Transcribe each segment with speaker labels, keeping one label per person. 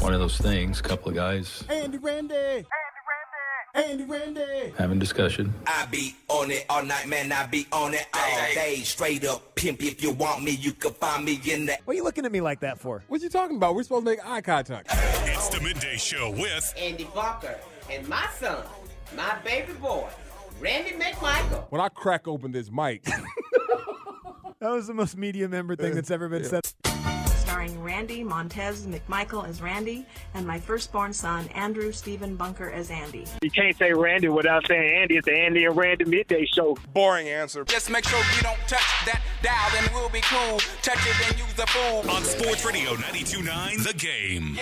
Speaker 1: One of those things, couple of guys
Speaker 2: Andy Randy. Andy Randy.
Speaker 1: having discussion.
Speaker 3: I be on it all night, man. I be on it all day. Straight up pimp. If you want me, you can find me in the.
Speaker 4: What are you looking at me like that for?
Speaker 5: What you talking about? We're supposed to make eye contact.
Speaker 6: It's the midday show with
Speaker 7: Andy Walker, and my son, my baby boy, Randy McMichael.
Speaker 5: When I crack open this mic,
Speaker 4: That was the most media member thing that's ever been said.
Speaker 8: starring Randy Montez McMichael as Randy and my firstborn son Andrew Stephen Bunker as Andy.
Speaker 9: You can't say Randy without saying Andy. It's the Andy and Randy Midday Show.
Speaker 5: boring answer.
Speaker 3: Just make sure you don't touch that dial, then we'll be cool. Touch it and use the fool.
Speaker 10: Oh,
Speaker 6: on Sports Radio 92.9 The Game.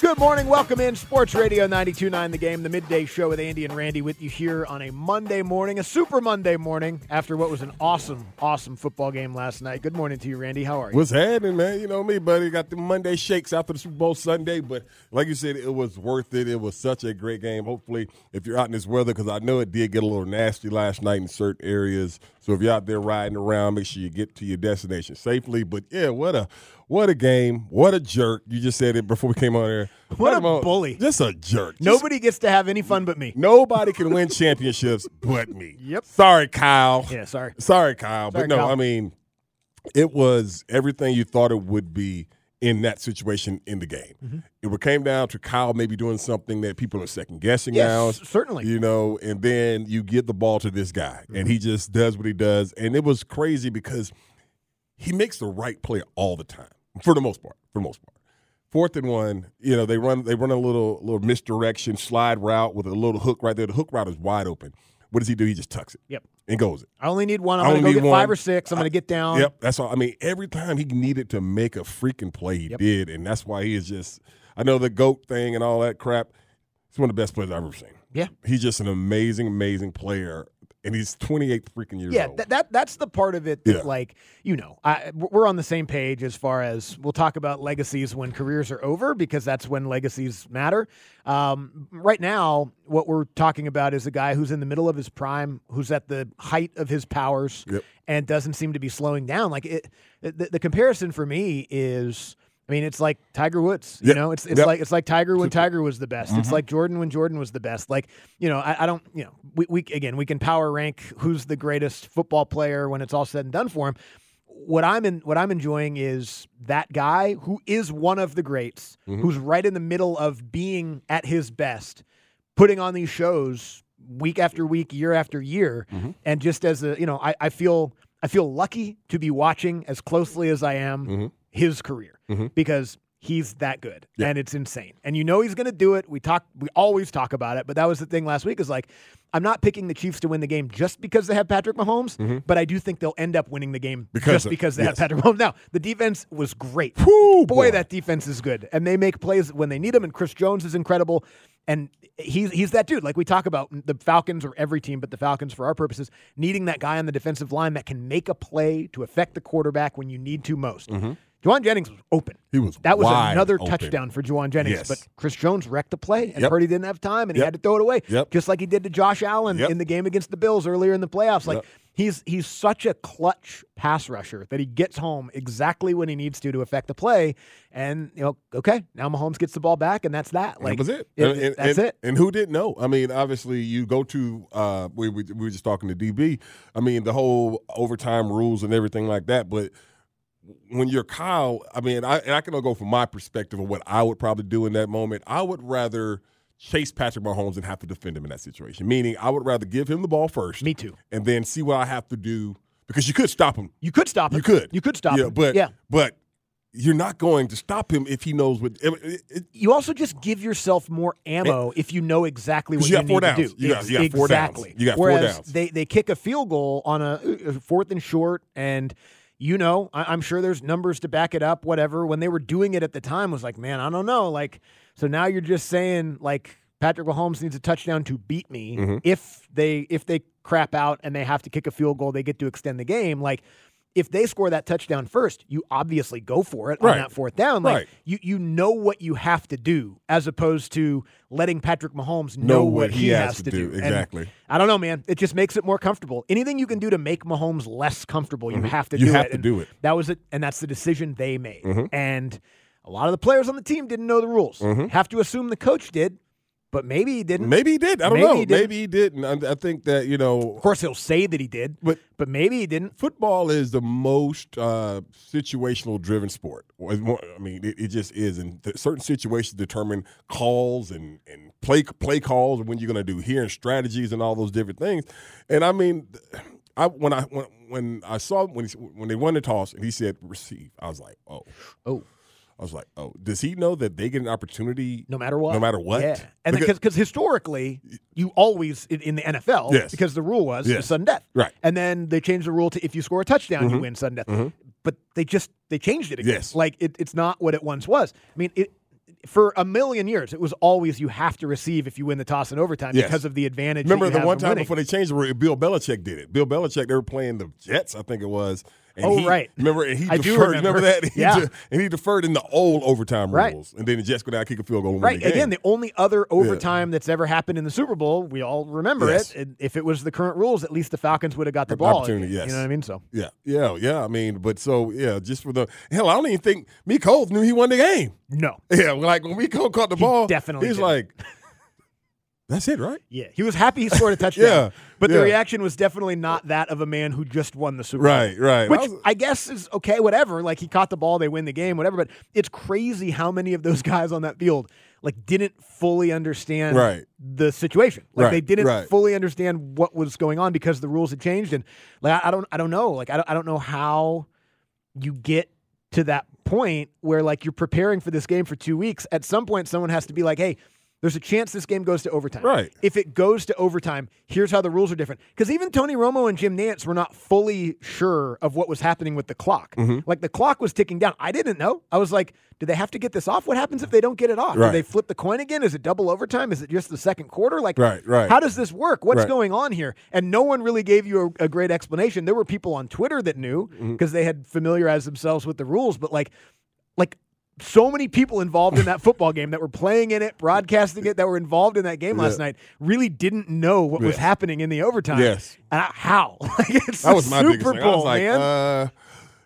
Speaker 4: Good morning. Welcome in Sports Radio 92.9 The Game, the midday show with Andy and Randy with you here on a Monday morning, a super Monday morning after what was an awesome, awesome football game last night. Good morning to you, Randy. How are you?
Speaker 5: What's happening, man? You know me, buddy. Got the Monday shakes after the Super Bowl Sunday, but like you said, it was worth it. It was such a great game. Hopefully, if you're out in this weather, because I know it did get a little nasty last night in certain areas. So if you're out there riding around, make sure you get to your destination safely. But yeah, what a what a game. What a jerk. You just said it before we came on air.
Speaker 4: What a
Speaker 5: Come on.
Speaker 4: bully.
Speaker 5: Just a jerk. Just Mm.
Speaker 4: Nobody gets to have any fun but me.
Speaker 5: Nobody can win championships but me.
Speaker 4: Yep.
Speaker 5: Sorry, Kyle.
Speaker 4: Yeah, sorry.
Speaker 5: Sorry, Kyle.
Speaker 4: Sorry,
Speaker 5: but no,
Speaker 4: Kyle.
Speaker 5: I mean, it was everything you thought it would be in that situation in the game.
Speaker 4: Mm-hmm.
Speaker 5: It came down to Kyle maybe doing something that people are second guessing
Speaker 4: Yes,
Speaker 5: now.
Speaker 4: certainly. Mm-hmm.
Speaker 5: You know, and then you give the ball to this guy, and he just does what he does. And it was crazy because he makes the right play all the time for the most part. For the most part, fourth and one, you know they run they run a little little misdirection slide route with a little hook right there. The hook route is wide open. What does he do? He just tucks it.
Speaker 4: Yep.
Speaker 5: And goes it.
Speaker 4: I only need one. I'm
Speaker 5: I
Speaker 4: going to
Speaker 5: only
Speaker 4: go get
Speaker 5: need one.
Speaker 4: five or six. I'm going to get down.
Speaker 5: Yep, that's all. I mean, every time he needed to make a freaking play, he did, and that's why he is just. I know the goat thing and all that crap. He's one of the best players I've ever seen.
Speaker 4: Yeah.
Speaker 5: he's just an amazing, amazing player, and he's 28 freaking years
Speaker 4: Yeah,
Speaker 5: old.
Speaker 4: that, that that's the part of it that,
Speaker 5: Yeah.
Speaker 4: like, you know, I, we're on the same page as far as we'll talk about legacies when careers are over because that's when legacies matter. Um, right now, what we're talking about is a guy who's in the middle of his prime, who's at the height of his powers,
Speaker 5: Yep.
Speaker 4: and doesn't seem to be slowing down. Like it, the, the comparison for me is. I mean, it's like Tiger Woods. You
Speaker 5: Yep.
Speaker 4: know, it's it's
Speaker 5: Yep.
Speaker 4: like it's like Tiger when Tiger was the best. It's like Jordan when Jordan was the best. Like, you know, I, I don't, you know, we, we again we can power rank who's the greatest football player when it's all said and done for him. What I'm in, what I'm enjoying is that guy who is one of the greats, who's right in the middle of being at his best, putting on these shows week after week, year after year,
Speaker 5: Mm-hmm.
Speaker 4: and just as a, you know, I, I feel I feel lucky to be watching as closely as I am
Speaker 5: Mm-hmm.
Speaker 4: his career because he's that good and it's insane. And you know he's going to do it. We talk we always talk about it, but that was the thing last week is like I'm not picking the Chiefs to win the game just because they have Patrick Mahomes, but I do think they'll end up winning the game
Speaker 5: Mm-hmm. Because
Speaker 4: just
Speaker 5: of-
Speaker 4: because they
Speaker 5: yes.
Speaker 4: have Patrick Mahomes. Now, the defense was great.
Speaker 5: Whew,
Speaker 4: boy,
Speaker 5: boy.
Speaker 4: that defense is good. And they make plays when they need them and Chris Jones is incredible. And he's he's that dude. Like we talk about the Falcons or every team, but the Falcons for our purposes, needing that guy on the defensive line that can make a play to affect the quarterback when you need to most. Juwan Jennings was open.
Speaker 5: Mm-hmm. He was
Speaker 4: that was
Speaker 5: wide
Speaker 4: another
Speaker 5: open.
Speaker 4: touchdown for Juwan Jennings.
Speaker 5: Yes.
Speaker 4: But Chris Jones wrecked the play and
Speaker 5: Yep.
Speaker 4: Purdy didn't have time and he
Speaker 5: Yep.
Speaker 4: had to throw it away.
Speaker 5: Yep.
Speaker 4: Just like he did to Josh Allen
Speaker 5: Yep.
Speaker 4: in the game against the Bills earlier in the playoffs. Like
Speaker 5: Yep.
Speaker 4: he's he's such a clutch pass rusher that he gets home exactly when he needs to to affect the play. And you know, okay, now Mahomes gets the ball back, and that's that.
Speaker 5: that
Speaker 4: Like
Speaker 5: was it. And- and-
Speaker 4: that's
Speaker 5: and-
Speaker 4: it.
Speaker 5: And who didn't know? I mean, obviously, you go to uh, we, we we were just talking to DB. I mean, the whole overtime rules and everything like that. But when you're Kyle, I mean, I and I can go from my perspective of what I would probably do in that moment. I would rather chase Patrick Mahomes and have to defend him in that situation. Meaning, I would rather give him the ball first.
Speaker 4: Me too.
Speaker 5: And then see what I have to do because you could stop him.
Speaker 4: You could stop him.
Speaker 5: You could.
Speaker 4: You could stop
Speaker 5: yeah,
Speaker 4: him.
Speaker 5: But
Speaker 4: yeah.
Speaker 5: but. You're not going to stop him if he knows what. It, it,
Speaker 4: You also just give yourself more ammo if you know exactly what
Speaker 5: you
Speaker 4: you,
Speaker 5: got four
Speaker 4: need
Speaker 5: downs.
Speaker 4: to do.
Speaker 5: You got- you got four downs.
Speaker 4: exactly.
Speaker 5: You got four
Speaker 4: Whereas
Speaker 5: downs.
Speaker 4: They they kick a field goal on a, a fourth and short, and you know I, I'm sure there's numbers to back it up. Whatever. When they were doing it at the time, was like, man, I don't know. Like, so now you're just saying like Patrick Mahomes needs a touchdown to beat me.
Speaker 5: Mm-hmm.
Speaker 4: If they if they crap out and they have to kick a field goal, they get to extend the game. Like. If they score that touchdown first, you obviously go for it
Speaker 5: Right.
Speaker 4: on that fourth down. Like
Speaker 5: Right.
Speaker 4: you you know what you have to do as opposed to letting Patrick Mahomes know,
Speaker 5: Know
Speaker 4: what,
Speaker 5: what
Speaker 4: he, has, to do. And
Speaker 5: exactly.
Speaker 4: I don't know, man. It just makes it more comfortable. Anything you can do to make Mahomes less comfortable, Mm-hmm. you have to
Speaker 5: You
Speaker 4: do
Speaker 5: have
Speaker 4: it. Mm-hmm.
Speaker 5: to
Speaker 4: And
Speaker 5: do it.
Speaker 4: That was it, and that's the decision they made. And A lot of the players on the team didn't know the rules. Have to assume the coach did, but Mm-hmm. maybe he didn't.
Speaker 5: Maybe he did. I don't
Speaker 4: Maybe
Speaker 5: know.
Speaker 4: he didn't.
Speaker 5: Maybe he didn't. I, I think that you know,
Speaker 4: Of course, he'll say that he did,
Speaker 5: But-
Speaker 4: but maybe he didn't.
Speaker 5: football is the most uh, situational driven sport. Well, it's more- I mean, it, it just is, and th- certain situations determine calls and and play play calls when you're going to do here and strategies and all those different things. And I mean, I when I when, when I saw when he, when they won the toss and he said receive, I was like, oh,
Speaker 4: Oh.
Speaker 5: I was like, oh, does he know that they get an opportunity
Speaker 4: No matter what.
Speaker 5: no matter what?
Speaker 4: Yeah. And
Speaker 5: Because-
Speaker 4: because historically, you always, in, in the NFL,
Speaker 5: Yes.
Speaker 4: because the rule was
Speaker 5: Yes.
Speaker 4: sudden death.
Speaker 5: Right. Mm-hmm.
Speaker 4: And then they changed the rule to if you score a touchdown, you win sudden death. But they just, they changed it again.
Speaker 5: Yes.
Speaker 4: Like it, it's not what it once was. I mean, it, for a million years, it was always you have to receive if you win the toss in overtime
Speaker 5: Yes.
Speaker 4: because of the advantage. that
Speaker 5: Remember
Speaker 4: you
Speaker 5: the
Speaker 4: have
Speaker 5: one
Speaker 4: from
Speaker 5: time
Speaker 4: winning.
Speaker 5: before they changed the rule, Bill Belichick did it. Bill Belichick, they were playing the Jets, I think it was. And
Speaker 4: Oh,
Speaker 5: he-
Speaker 4: right.
Speaker 5: Remember, and he
Speaker 4: I do
Speaker 5: deferred.
Speaker 4: remember.
Speaker 5: that? He
Speaker 4: Yeah.
Speaker 5: de- and he deferred in the old overtime
Speaker 4: Right.
Speaker 5: rules. And then the Jets go down, kick a field goal, and
Speaker 4: Right.
Speaker 5: win the game.
Speaker 4: Again, the only other overtime that's ever happened in the Super Bowl, we all remember
Speaker 5: Yes.
Speaker 4: it. And if it was the current rules, at least the Falcons would have got the
Speaker 5: An
Speaker 4: ball.
Speaker 5: opportunity, yes.
Speaker 4: You know what I mean? So
Speaker 5: yeah, yeah, yeah. I mean, but so, yeah, just for the hell, I don't even think Meek Coles knew he won the game.
Speaker 4: no.
Speaker 5: Yeah, like when Meek Cole caught the ball,
Speaker 4: definitely
Speaker 5: he's
Speaker 4: didn't.
Speaker 5: like, that's it, right?
Speaker 4: Yeah. He was happy he scored a touchdown.
Speaker 5: Yeah,
Speaker 4: But
Speaker 5: yeah.
Speaker 4: the reaction was definitely not that of a man who just won the Super Bowl.
Speaker 5: Right, right.
Speaker 4: Which
Speaker 5: I
Speaker 4: I,
Speaker 5: was-
Speaker 4: guess is okay, whatever. Like he caught the ball, they win the game, whatever. But it's crazy how many of those guys on that field like didn't fully understand
Speaker 5: Right.
Speaker 4: the situation. Like
Speaker 5: Right,
Speaker 4: they didn't
Speaker 5: right.
Speaker 4: fully understand what was going on because the rules had changed. And like I, I don't, I don't know. Like I don't, I don't know how you get to that point where like you're preparing for this game for two weeks. At some point, someone has to be like, hey. There's a chance this game goes to overtime.
Speaker 5: Right.
Speaker 4: If it goes to overtime, here's how the rules are different. Because even Tony Romo and Jim Nance were not fully sure of what was happening with the clock.
Speaker 5: Mm-hmm.
Speaker 4: Like the clock was ticking down. I didn't know. I was like, do they have to get this off? What happens if they don't get it off?
Speaker 5: Right.
Speaker 4: Do they flip the coin again? Is it double overtime? Is it just the second quarter? Like,
Speaker 5: Right, right.
Speaker 4: how does this work? What's
Speaker 5: Right.
Speaker 4: going on here? And no one really gave you a, a great explanation. There were people on Twitter that knew
Speaker 5: Mm-hmm.
Speaker 4: because they had familiarized themselves with the rules, but like, like so many people involved in that football game that were playing in it, broadcasting it, that were involved in that game last night, really didn't know what was
Speaker 5: Yes.
Speaker 4: happening in the overtime.
Speaker 5: Yes.
Speaker 4: And I, how? Like it's
Speaker 5: That
Speaker 4: the
Speaker 5: was my
Speaker 4: Super
Speaker 5: biggest
Speaker 4: Bowl,
Speaker 5: thing. I was like,
Speaker 4: man.
Speaker 5: uh,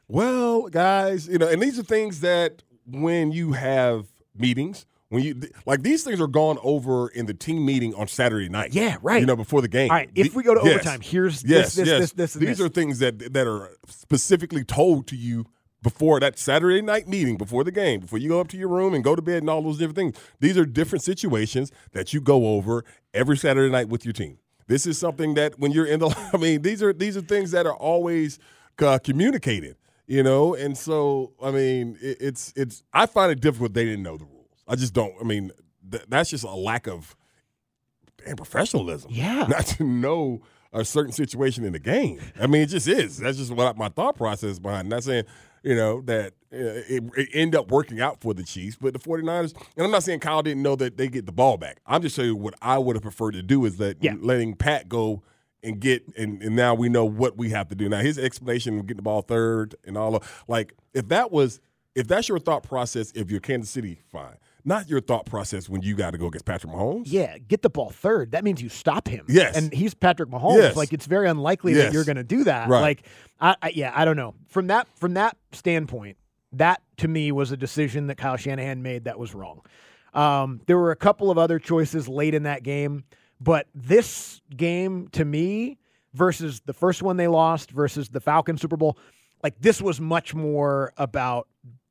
Speaker 5: well, guys, you know, and these are things that when you have meetings, when you th- like these things are gone over in the team meeting on Saturday night.
Speaker 4: Yeah, right.
Speaker 5: You know, before the game.
Speaker 4: All right, if
Speaker 5: The-
Speaker 4: we go to
Speaker 5: yes.
Speaker 4: overtime, here's this,
Speaker 5: yes,
Speaker 4: this,
Speaker 5: yes.
Speaker 4: this, this, and
Speaker 5: these
Speaker 4: this.
Speaker 5: are things that that are specifically told to you before that Saturday night meeting, before the game, before you go up to your room and go to bed and all those different things. These are different situations that you go over every Saturday night with your team. This is something that when you're in the, I mean, these are these are things that are always uh, communicated, you know. And so, I mean, it, it's it's I find it difficult they didn't know the rules. I just don't. I mean, th- that's just a lack of and professionalism.
Speaker 4: Yeah.
Speaker 5: Not to know a certain situation in the game. I mean, it just is. That's just what I, my thought process behind. it. Not saying, you know, that uh, it, it ended up working out for the Chiefs, but the 49ers, and I'm not saying Kyle didn't know that they get the ball back. I'm just saying what I would have preferred to do is that
Speaker 4: Yeah.
Speaker 5: letting Pat go and get, and, and now we know what we have to do. Now, his explanation of getting the ball third and all of, like, if that was, if that's your thought process, if you're Kansas City, fine. Not your thought process when you got to go against Patrick Mahomes.
Speaker 4: yeah, get the ball third. That means you stop him.
Speaker 5: Yes.
Speaker 4: and he's Patrick Mahomes.
Speaker 5: Yes.
Speaker 4: Like it's very unlikely
Speaker 5: Yes.
Speaker 4: that you're going to do that.
Speaker 5: Right.
Speaker 4: Like, I, I yeah, I don't know. From that from that standpoint, that to me was a decision that Kyle Shanahan made that was wrong. Um, there were a couple of other choices late in that game, but this game to me versus the first one they lost versus the Falcon Super Bowl, like this was much more about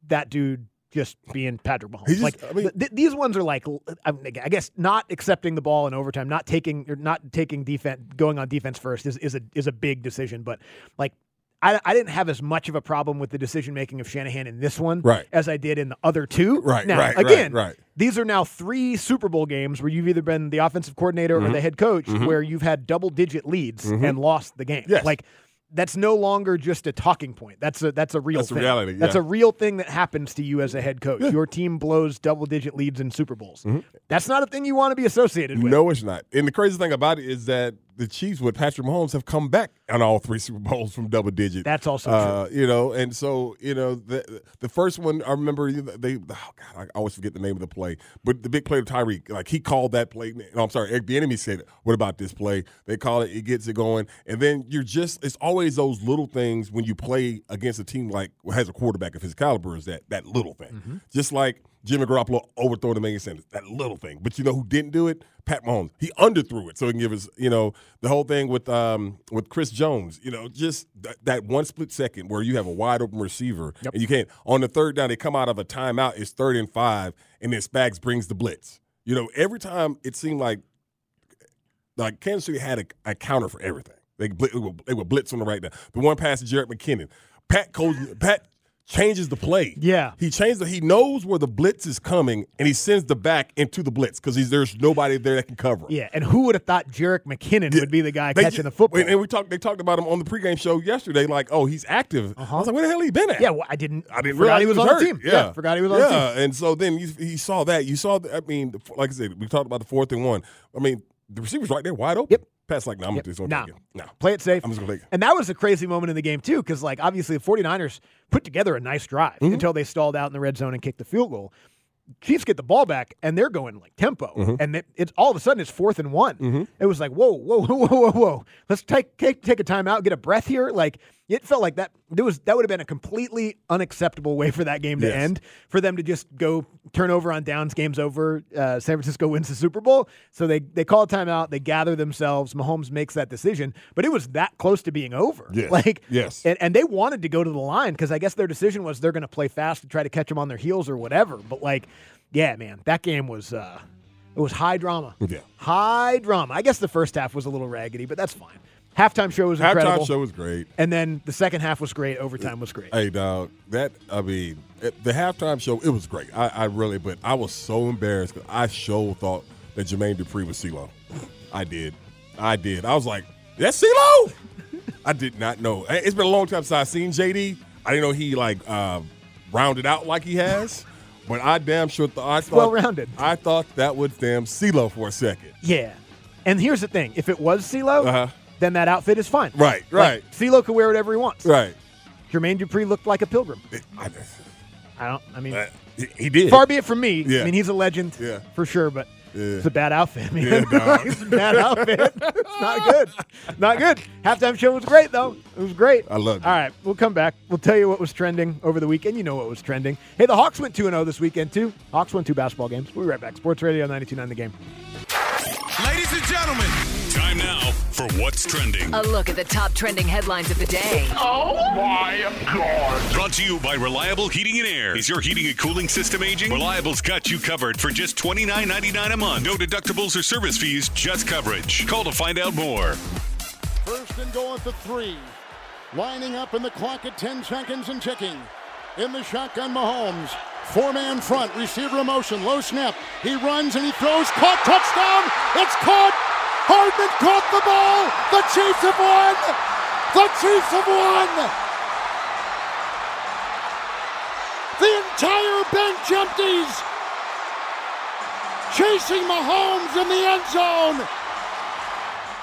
Speaker 4: that dude just being Patrick Mahomes.
Speaker 5: He just-
Speaker 4: like
Speaker 5: I mean-
Speaker 4: th- th- these ones are like l- I mean, I guess not accepting the ball in overtime, not taking or not taking defense, going on defense first is, is a is a big decision. But like I, I didn't have as much of a problem with the decision making of Shanahan in this one
Speaker 5: Right.
Speaker 4: as I did in the other two.
Speaker 5: Right,
Speaker 4: now,
Speaker 5: right, right,
Speaker 4: again,
Speaker 5: right.
Speaker 4: These are now three Super Bowl games where you've either been the offensive coordinator
Speaker 5: Mm-hmm.
Speaker 4: or the head coach, where you've had double digit leads and lost the game.
Speaker 5: Yes.
Speaker 4: Like that's no longer just a talking point. That's a that's a real
Speaker 5: That's a
Speaker 4: thing.
Speaker 5: reality,
Speaker 4: That's
Speaker 5: yeah.
Speaker 4: a real thing that happens to you as a head coach. Your team blows double digit
Speaker 5: Mm-hmm.
Speaker 4: leads in Super Bowls. That's not a thing you want to be associated with.
Speaker 5: No, it's not. And the crazy thing about it is that the Chiefs with Patrick Mahomes have come back on all three Super Bowls from double digit.
Speaker 4: That's also
Speaker 5: uh, you know, and so you know the the first one I remember they oh God I always forget the name of the play, but the big play of Tyreek like he called that play. No, I'm sorry, Eric Bieniemy said, "What about this play?" They call it, it gets it going, and then you're just it's always those little things when you play against a team like has a quarterback of his caliber is that that little thing,
Speaker 4: Mm-hmm.
Speaker 5: just like. Jimmy Garoppolo overthrowing Emmanuel Sanders. That little thing. But you know who didn't do it? Pat Mahomes. He underthrew it so he can give us, you know, the whole thing with um with Chris Jones, you know, just th- that one split second where you have a wide open receiver and you can't on the third down they come out of a timeout, it's third and five, and then Spags brings the blitz. You know, every time it seemed like like Kansas City had a, a counter for everything. They bl- they would, they would blitz on the right now. The one pass to Jarrett McKinnon, Pat Cole, Pat changes the play.
Speaker 4: Yeah.
Speaker 5: he changes. The, he knows where the blitz is coming, and he sends the back into the blitz because there's nobody there that can cover him.
Speaker 4: Yeah, and who would have thought Jarek McKinnon would be the guy
Speaker 5: They
Speaker 4: catching
Speaker 5: ju-
Speaker 4: the football?
Speaker 5: And, and we talked. They talked about him on the pregame show yesterday. Like, oh, he's active. I was like, where the hell he been at?
Speaker 4: Uh-huh. yeah, well, I didn't.
Speaker 5: I didn't
Speaker 4: forgot
Speaker 5: realize
Speaker 4: he was, on
Speaker 5: hurt.
Speaker 4: the team.
Speaker 5: Yeah.
Speaker 4: forgot he was
Speaker 5: yeah.
Speaker 4: on the team.
Speaker 5: and so then you, he saw that. You saw. The, I mean, the- like I said, we talked about the fourth and one. I mean, the receiver's right there, wide open.
Speaker 4: Yep.
Speaker 5: Pass like, no, I'm
Speaker 4: Yep.
Speaker 5: gonna do
Speaker 4: Nah.
Speaker 5: something. No,
Speaker 4: Play it safe.
Speaker 5: I'm just gonna take it.
Speaker 4: And that was a crazy moment in the game, too, because, like, obviously the 49ers put together a nice drive
Speaker 5: Mm-hmm.
Speaker 4: until they stalled out in the red zone and kicked the field goal. Chiefs get the ball back, and they're going, like, tempo.
Speaker 5: Mm-hmm.
Speaker 4: And it, it's all of a sudden it's fourth and one. It was like, whoa, whoa, whoa, whoa, whoa, whoa. Let's take, take, take a timeout, get a breath here. Like, it felt like that there was that would have been a completely unacceptable way for that game to
Speaker 5: Yes.
Speaker 4: end for them to just go turn over on downs, games over. Uh, San Francisco wins the Super Bowl, so they they call a timeout, they gather themselves. Mahomes makes that decision, but it was that close to being over.
Speaker 5: Yes.
Speaker 4: Like
Speaker 5: Yes.
Speaker 4: and, and they wanted to go to the line because I guess their decision was they're going to play fast to try to catch them on their heels or whatever. But like, yeah, man, that game was. Uh, it was high drama.
Speaker 5: Yeah.
Speaker 4: High drama. I guess the first half was a little raggedy, but that's fine. Halftime show was incredible.
Speaker 5: halftime show was great.
Speaker 4: And then the second half was great. Overtime was great.
Speaker 5: Hey, dog. That I mean, it- the halftime show. It was great. I, I really, but I was so embarrassed because I sure thought that Jermaine Dupree was CeeLo. I did. I did. I was like, that's CeeLo. I did not know. Hey, It's been a long time since I've seen JD. I didn't know he like uh, rounded out like he has. But I damn sure thought I thought
Speaker 4: well-rounded.
Speaker 5: I thought that was damn CeeLo for a second.
Speaker 4: Yeah. And here's the thing if it was CeeLo,
Speaker 5: Uh-huh.
Speaker 4: then that outfit is fine.
Speaker 5: Right, right.
Speaker 4: Like, CeeLo could wear whatever he wants.
Speaker 5: Right.
Speaker 4: Jermaine Dupree looked like a pilgrim.
Speaker 5: I,
Speaker 4: I don't, I mean,
Speaker 5: I- Uh, he- he did.
Speaker 4: far be it from me.
Speaker 5: Yeah.
Speaker 4: I mean, he's a legend
Speaker 5: Yeah.
Speaker 4: for sure, but
Speaker 5: Yeah.
Speaker 4: it's a bad outfit, man.
Speaker 5: Yeah, dog.
Speaker 4: it's a bad outfit. it's not good. Not good. Halftime show was great, though. It was great.
Speaker 5: I loved it.
Speaker 4: All right, we'll come back. We'll tell you what was trending over the weekend. You know what was trending. Hey, the Hawks went 2 0 this weekend, too. Hawks won two basketball games. We'll be right back. Sports Radio 929 the game.
Speaker 6: Ladies and gentlemen, time now for what's trending.
Speaker 11: A look at the top trending headlines of the day.
Speaker 6: Brought to you by Reliable Heating and Air. Is your heating and cooling system aging? Reliable's got you covered for just $29.99 a month. No deductibles or service fees, just coverage. Call to find out more.
Speaker 2: First and going for three. Lining up in the clock at 10 seconds and ticking. In the shotgun, Mahomes. Four man front, receiver in motion, low snap. He runs and he throws. Caught, touchdown! It's caught! Hardman caught the ball! The Chiefs have won! The Chiefs have won! The entire bench empties! Chasing Mahomes in the end zone!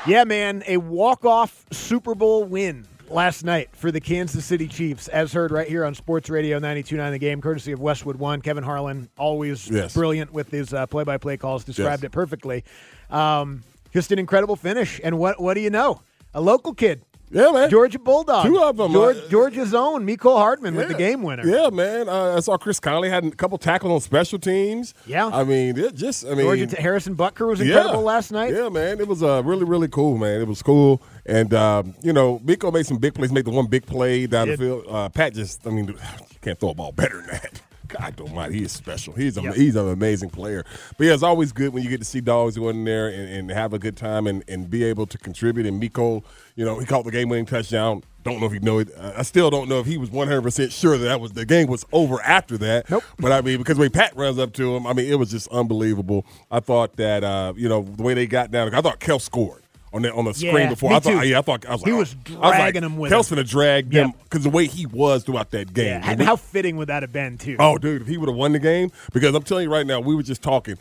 Speaker 4: Yeah, man, a walk-off Super Bowl win last night for the Kansas City Chiefs, as heard right here on Sports Radio 92.9 The Game, courtesy of Westwood One. Kevin Harlan, always
Speaker 5: Yes.
Speaker 4: brilliant with his uh, play-by-play calls, described
Speaker 5: Yes.
Speaker 4: it perfectly. Um, just an incredible finish, and what what do you know? A local kid,
Speaker 5: yeah, man.
Speaker 4: Georgia Bulldog,
Speaker 5: Two of 'em,
Speaker 4: George,
Speaker 5: uh,
Speaker 4: Georgia's own Miko Hardman with the
Speaker 5: Yeah.
Speaker 4: game winner.
Speaker 5: Yeah, man. Uh, I saw Chris Conley had a couple tackles on special teams.
Speaker 4: Yeah.
Speaker 5: I mean, it just I mean,
Speaker 4: Georgia t- Harrison Butker was incredible last night.
Speaker 5: Yeah, man. It was uh, really, really cool, man. It was cool, and um, you know, Miko made some big plays. Made the one big play down
Speaker 4: He
Speaker 5: the
Speaker 4: did.
Speaker 5: field. Uh, Pat just, I mean, you can't throw a ball better than that. God, don't mind. He is special. He's a,
Speaker 4: Yep.
Speaker 5: he's an amazing player. But yeah, it's always good when you get to see dogs go in there and, and have a good time and, and be able to contribute. And Miko, you know, he caught the game winning touchdown. Don't know if he know it. Uh, I still don't know if he was one hundred percent sure that, that was the game was over after that.
Speaker 4: Nope.
Speaker 5: But I mean, because the way Pat runs up to him, I mean, it was just unbelievable. I thought that uh, you know the way they got down. I thought Kel scored on the on the
Speaker 4: Yeah,
Speaker 5: screen before.
Speaker 4: me
Speaker 5: I thought,
Speaker 4: too.
Speaker 5: yeah, I thought I was
Speaker 4: He
Speaker 5: like,
Speaker 4: was
Speaker 5: I was
Speaker 4: dragging
Speaker 5: like,
Speaker 4: him with
Speaker 5: Kel's
Speaker 4: him.
Speaker 5: gonna drag them
Speaker 4: Yep.
Speaker 5: because the way he was throughout that game.
Speaker 4: Yeah,
Speaker 5: And
Speaker 4: and
Speaker 5: we-
Speaker 4: how fitting would that have been too?
Speaker 5: Oh, dude, if he would have won the game, because I'm telling you right now, we were just talking.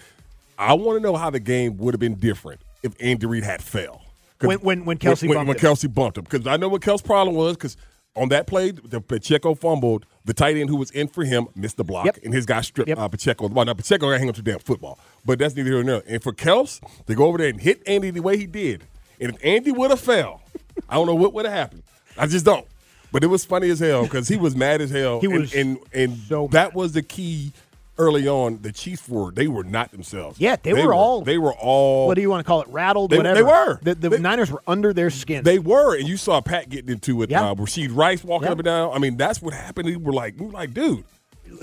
Speaker 5: I want to know how the game would have been different if Andy Reid had fell.
Speaker 4: When- when- when Kelsey
Speaker 5: when,
Speaker 4: bumped
Speaker 5: when
Speaker 4: him.
Speaker 5: Kelsey bumped him because I know what Kelsey's problem was because on that play the Pacheco fumbled the tight end who was in for him missed the block
Speaker 4: Yep.
Speaker 5: and his guy stripped
Speaker 4: Yep.
Speaker 5: uh, Pacheco. Well, now Pacheco got hang on to the damn football, but that's neither here nor there. And for Kels to go over there and hit Andy the way he did, and if Andy would have fell, I don't know what would have happened. I just don't. But it was funny as hell because he was mad as hell.
Speaker 4: He
Speaker 5: and,
Speaker 4: was
Speaker 5: and and
Speaker 4: so mad.
Speaker 5: that was the key early on. The Chiefs were they were not themselves.
Speaker 4: Yeah, they were all-
Speaker 5: they were all
Speaker 4: What do you want to call it? Rattled,
Speaker 5: They-
Speaker 4: whatever.
Speaker 5: they were.
Speaker 4: The, the
Speaker 5: They-
Speaker 4: Niners were under their skin.
Speaker 5: they were, and you saw Pat getting into it.
Speaker 4: Yeah.
Speaker 5: Uh, Rasheed Rice walking
Speaker 4: Yeah.
Speaker 5: up and down. I mean, that's what happened. We were like, we were like, dude.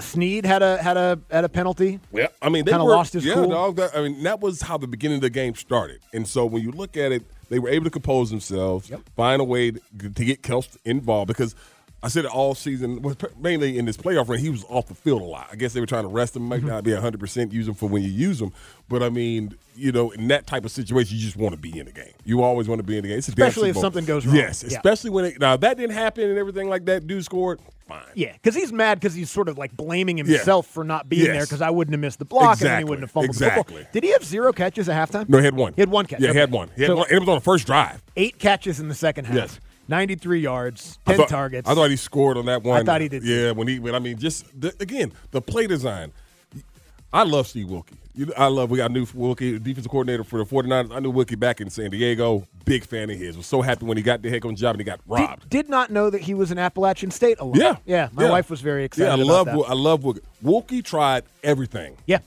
Speaker 4: Sneed had a had a had a penalty.
Speaker 5: Yeah, I mean, they
Speaker 4: Kinda
Speaker 5: were-
Speaker 4: lost his
Speaker 5: yeah,
Speaker 4: cool.
Speaker 5: dog, that- I mean, that was how the beginning of the game started. And so when you look at it, they were able to compose themselves, find a way to, to get Kels involved because. I said it all season, was pr- mainly in this playoff run. He was off the field a lot. I guess they were trying to rest him, might
Speaker 4: Mm-hmm.
Speaker 5: not be 100%, use him for when you use him. But I mean, you know, in that type of situation, you just want to be in the game. You always want to be in the game. It's a damn Super
Speaker 4: Especially if
Speaker 5: Bowl.
Speaker 4: something goes wrong.
Speaker 5: Yes,
Speaker 4: Yeah.
Speaker 5: especially when it, now if that didn't happen and everything like that, dude scored, fine.
Speaker 4: Yeah, because he's mad because he's sort of like blaming himself for not being
Speaker 5: Yes.
Speaker 4: there because I wouldn't have missed the block and then he
Speaker 5: Exactly.
Speaker 4: wouldn't have fumbled the
Speaker 5: Exactly.
Speaker 4: football. Did he have zero catches at halftime?
Speaker 5: No, he had one.
Speaker 4: He had one catch.
Speaker 5: Yeah, he had
Speaker 4: Okay.
Speaker 5: one. He had
Speaker 4: So
Speaker 5: one. And it was on the first drive.
Speaker 4: eight catches in the second half.
Speaker 5: Yes.
Speaker 4: 93 yards,
Speaker 5: I
Speaker 4: 10
Speaker 5: thought-
Speaker 4: targets.
Speaker 5: I thought he scored on that one.
Speaker 4: thought he did, too.
Speaker 5: Yeah, when he, when, I mean, just the, again the play design. I love Steve Wilkie. You know, I love. We got new Wilkie, defensive coordinator for the 49ers. I knew Wilkie back in San Diego. Big fan of his. Was so happy when he got the heck on job and he got
Speaker 4: did,
Speaker 5: robbed.
Speaker 4: did not know that he was an Appalachian State alum.
Speaker 5: yeah,
Speaker 4: Yeah. My wife was very excited.
Speaker 5: Yeah, I
Speaker 4: about
Speaker 5: love.
Speaker 4: that.
Speaker 5: Wil- I love Wilkie. Wilkie tried everything.
Speaker 4: Yeah.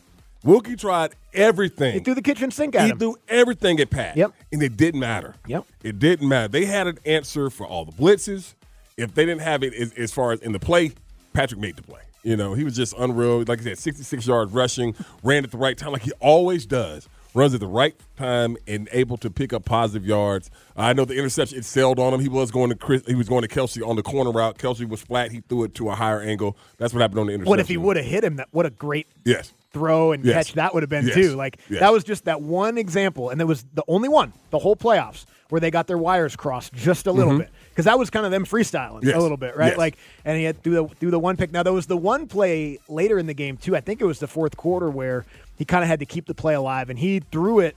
Speaker 5: Wilkie tried everything.
Speaker 4: He threw the kitchen sink at
Speaker 5: he
Speaker 4: him.
Speaker 5: threw everything at Pat.
Speaker 4: Yep.
Speaker 5: And it didn't matter.
Speaker 4: Yep.
Speaker 5: It didn't matter. They had an answer for all the blitzes. If they didn't have it as, as far as in the play, Patrick made the play. You know, he was just unreal. Like I said, 66 yards rushing, ran at the right time like he always does. Runs at the right time and able to pick up positive yards. I know the interception it sailed on him. He was going to Chris. He was going to Kelsey on the corner route. Kelsey was flat. He threw it to a higher angle. That's what happened on the interception.
Speaker 4: What if he would have hit him? That What a great
Speaker 5: Yes.
Speaker 4: throw and
Speaker 5: Yes.
Speaker 4: catch that would have been,
Speaker 5: Yes.
Speaker 4: too. Like,
Speaker 5: Yes.
Speaker 4: that was just that one example. And that was the only one, the whole playoffs, where they got their wires crossed just a little bit. Because that was kind of them freestyling
Speaker 5: Mm-hmm. Yes.
Speaker 4: a little bit, right?
Speaker 5: Yes.
Speaker 4: Like, and he had through the through the one pick. Now there was the one play later in the game too. I think it was the fourth quarter where he kind of had to keep the play alive, and he threw it.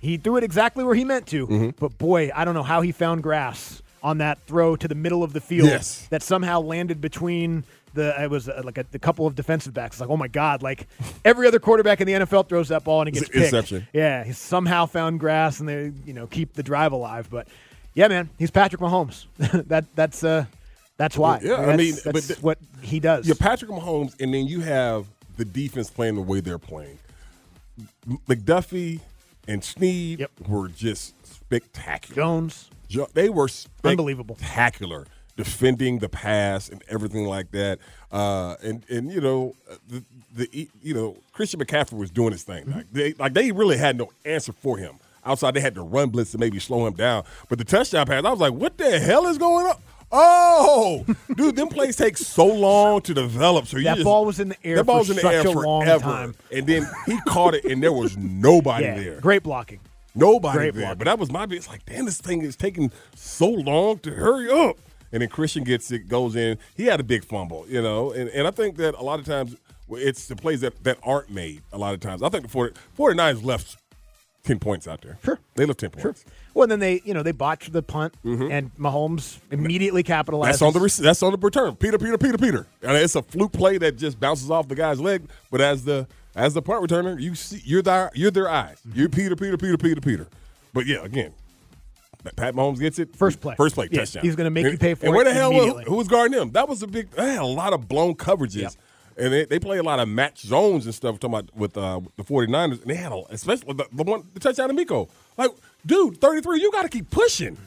Speaker 4: He threw it exactly where he meant to.
Speaker 5: Mm-hmm.
Speaker 4: But boy, I don't know how he found grass on that throw to the middle of the field
Speaker 5: Yes.
Speaker 4: that somehow landed between the it was uh, like a, a couple of defensive backs. It's like, oh my god! Like every other quarterback in the NFL throws that ball and
Speaker 5: It's
Speaker 4: it gets
Speaker 5: an
Speaker 4: picked.
Speaker 5: interception.
Speaker 4: Yeah, he somehow found grass and they, you know, keep the drive alive. But yeah, man, he's Patrick Mahomes. that that's uh that's why.
Speaker 5: Yeah, I
Speaker 4: that's,
Speaker 5: mean,
Speaker 4: that's
Speaker 5: but th-
Speaker 4: what he does.
Speaker 5: Yeah, Patrick Mahomes, and then you have the defense playing the way they're playing. M- McDuffie and Sneed
Speaker 4: Yep.
Speaker 5: were just spectacular.
Speaker 4: Jones.
Speaker 5: Jo- They were
Speaker 4: Unbelievable.
Speaker 5: spectacular defending the pass and everything like that. Uh, and and you know uh, the, the you know Christian McCaffrey was doing his
Speaker 4: Mm-hmm.
Speaker 5: thing. Like they like they really had no answer for him. Outside, they had to run blitz to maybe slow him down. But the touchdown pass, I was like, what the hell is going on? Oh, dude, them plays take so long to develop. So you
Speaker 4: That
Speaker 5: just-
Speaker 4: ball was in the air
Speaker 5: That ball was
Speaker 4: for
Speaker 5: in the
Speaker 4: such
Speaker 5: air
Speaker 4: a long
Speaker 5: forever.
Speaker 4: time.
Speaker 5: And then he caught it, and there was nobody
Speaker 4: Yeah,
Speaker 5: there.
Speaker 4: great blocking.
Speaker 5: Nobody
Speaker 4: Great
Speaker 5: there.
Speaker 4: block.
Speaker 5: But that was my bit. It's like, damn, this thing is taking so long to hurry up. And then Christian gets it, goes in. He had a big fumble, you know. And, and I think that a lot of times it's the plays that, that aren't made a lot of times. I think the 40, 49ers left 10 points out there. Sure. They left 10 points.
Speaker 4: Well, then they, you know, they botched the punt, and Mahomes immediately capitalized.
Speaker 5: That's on the rec- that's on the return. Peter, Peter, Peter, Peter. And it's a fluke play that just bounces off the guy's leg. But as the as the punt returner, you see you're their you're their eyes. You're Peter, Peter, Peter, Peter, Peter. But yeah, again, Pat- Pat Mahomes gets it
Speaker 4: First play.
Speaker 5: First play
Speaker 4: Yeah,
Speaker 5: touchdown.
Speaker 4: he's gonna make
Speaker 5: and,
Speaker 4: you pay for
Speaker 5: and
Speaker 4: it
Speaker 5: where the hell
Speaker 4: immediately.
Speaker 5: was, who was guarding him? That was a big. They had a lot of blown coverages.
Speaker 4: Yep.
Speaker 5: And they, they play a lot of match zones and stuff. Talking about with uh, the 49ers, and they had a, especially the, the one the touchdown to Miko. Like, dude, thirty three, you got to keep pushing.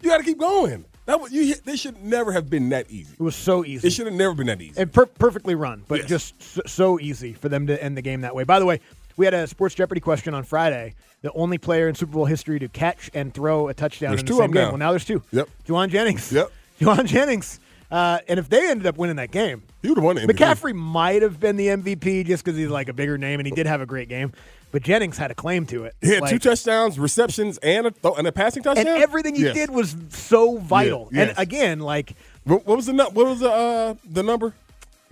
Speaker 5: You got to keep going. That was, you. hit- This should never have been that easy.
Speaker 4: It was so easy.
Speaker 5: It should have never been that easy.
Speaker 4: and per- perfectly run, but
Speaker 5: Yes.
Speaker 4: just so, so easy for them to end the game that way. By the way, we had a sports Jeopardy question on Friday. The only player in Super Bowl history to catch and throw a touchdown
Speaker 5: There's
Speaker 4: in the
Speaker 5: two of
Speaker 4: same
Speaker 5: them
Speaker 4: game.
Speaker 5: now.
Speaker 4: Well, now there's two.
Speaker 5: Yep.
Speaker 4: Juwan Jennings.
Speaker 5: Yep.
Speaker 4: Juwan Jennings. Uh, and if they ended up winning that game,
Speaker 5: He would have won the MVP.
Speaker 4: McCaffrey might have been the MVP just because he's like a bigger name and he did have a great game. But Jennings had a claim to it.
Speaker 5: He had two
Speaker 4: Like-
Speaker 5: touchdowns, receptions, and a th- and a passing touchdown.
Speaker 4: And everything he
Speaker 5: Yes.
Speaker 4: did was so vital.
Speaker 5: yes.
Speaker 4: And again, like
Speaker 5: What, what was the nu- what was the uh, the number?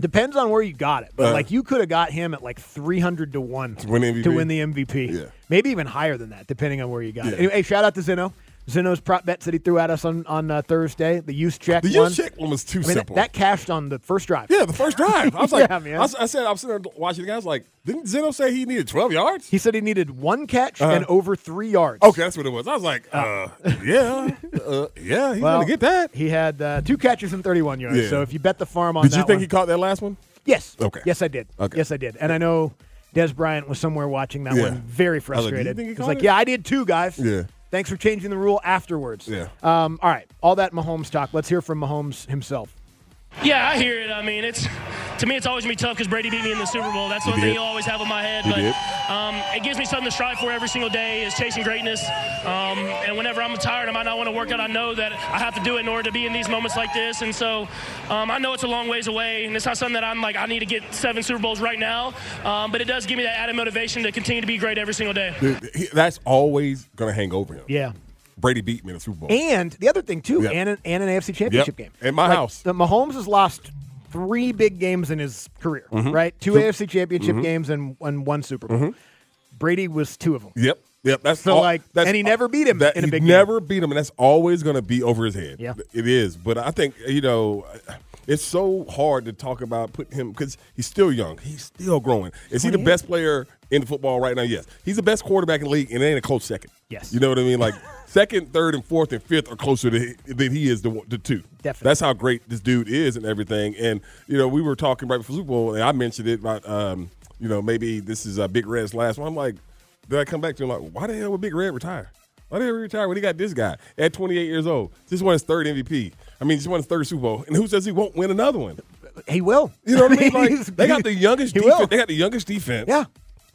Speaker 4: Depends on where you got it, but
Speaker 5: Uh.
Speaker 4: like you could have got him at like three hundred to one to
Speaker 5: win MVP?
Speaker 4: the MVP.
Speaker 5: Yeah.
Speaker 4: Maybe even higher than that, depending on where you got it.
Speaker 5: Yeah.
Speaker 4: Anyway, hey, shout out to Zeno. Zeno's prop bets that he threw at us on on uh, Thursday. The use check.
Speaker 5: The
Speaker 4: one.
Speaker 5: use check one was too
Speaker 4: I mean, that-
Speaker 5: simple.
Speaker 4: That, cashed on the first drive.
Speaker 5: yeah, the first drive. I was like,
Speaker 4: Yeah, man.
Speaker 5: I, was- I said, I was sitting there watching the guys. Like, didn't Zeno say he needed twelve yards?
Speaker 4: He said he needed one catch
Speaker 5: Uh-huh.
Speaker 4: and over three yards.
Speaker 5: Okay, that's what it was. I was like, uh, yeah, uh, yeah, he's
Speaker 4: Oh. Well,
Speaker 5: gonna get that.
Speaker 4: He had uh, two catches and 31 yards.
Speaker 5: Yeah.
Speaker 4: So if you bet the farm on
Speaker 5: Did
Speaker 4: that
Speaker 5: you think
Speaker 4: one-
Speaker 5: he caught that last one?
Speaker 4: Yes.
Speaker 5: Okay.
Speaker 4: Yes, I did.
Speaker 5: Okay.
Speaker 4: Yes, I did. And I know Des Bryant was somewhere watching that
Speaker 5: Yeah.
Speaker 4: one,
Speaker 5: I
Speaker 4: very
Speaker 5: was like, "Do you
Speaker 4: frustrated.
Speaker 5: think he
Speaker 4: He's
Speaker 5: caught
Speaker 4: like,
Speaker 5: it?"
Speaker 4: yeah, I did too, guys.
Speaker 5: Yeah.
Speaker 4: Thanks for changing the rule afterwards.
Speaker 5: Yeah.
Speaker 4: Um, all right. All that Mahomes talk. Let's hear from Mahomes himself.
Speaker 12: Yeah, I hear it. I mean, it's to me, it's always gonna be tough because Brady beat me in the Super Bowl. That's
Speaker 5: He
Speaker 12: one thing
Speaker 5: did.
Speaker 12: you always have in my head.
Speaker 5: He
Speaker 12: but
Speaker 5: did.
Speaker 12: Um, it gives me something to strive for every single day is chasing greatness. Um, and whenever I'm tired, I might not want to work out. I know that I have to do it in order to be in these moments like this. And so um, I know it's a long ways away, and it's not something that I'm like I need to get seven Super Bowls right now. Um, but it does give me that added motivation to continue to be great every single day.
Speaker 5: Dude, he- that's always gonna hang over him.
Speaker 4: Yeah.
Speaker 5: Brady beat me in the Super Bowl.
Speaker 4: And the other thing too,
Speaker 5: Yeah.
Speaker 4: and, an, and an AFC Championship
Speaker 5: Yep.
Speaker 4: game
Speaker 5: In my house.
Speaker 4: the- Mahomes has lost three big games in his career,
Speaker 5: Mm-hmm.
Speaker 4: right? Two AFC Championship games and, and one Super Bowl. Brady was two of them.
Speaker 5: Yep. Yep. That's
Speaker 4: So,
Speaker 5: all-
Speaker 4: like,
Speaker 5: that's
Speaker 4: and he never beat him
Speaker 5: That,
Speaker 4: in a
Speaker 5: he
Speaker 4: big game.
Speaker 5: never beat him, and that's always going to be over his head.
Speaker 4: Yeah.
Speaker 5: it is. But I think you know, it's so hard to talk about putting him because he's still young. He's still growing. Is he the
Speaker 4: 28?
Speaker 5: best player in football right now? Yes, he's the best quarterback in the league, and it ain't a close second.
Speaker 4: Yes.
Speaker 5: you know what I mean. Like second, third, and fourth, and fifth are closer to, than he is to, one- to two.
Speaker 4: Definitely.
Speaker 5: That's how great this dude is and everything. And you know, we were talking right before Super Bowl, and I mentioned it about um, you know maybe this is a Big Red's last one. I'm like, then I come back to him like, why the hell would Big Red retire? Why the hell would he retire when he got this guy at 28 years old? Just won his third MVP. I mean, just won his third Super Bowl. And who says he won't win another one?
Speaker 4: He will.
Speaker 5: You know what I mean? Like
Speaker 4: he's-
Speaker 5: they got the youngest
Speaker 4: He
Speaker 5: defense.
Speaker 4: will.
Speaker 5: They got the youngest defense.
Speaker 4: Yeah.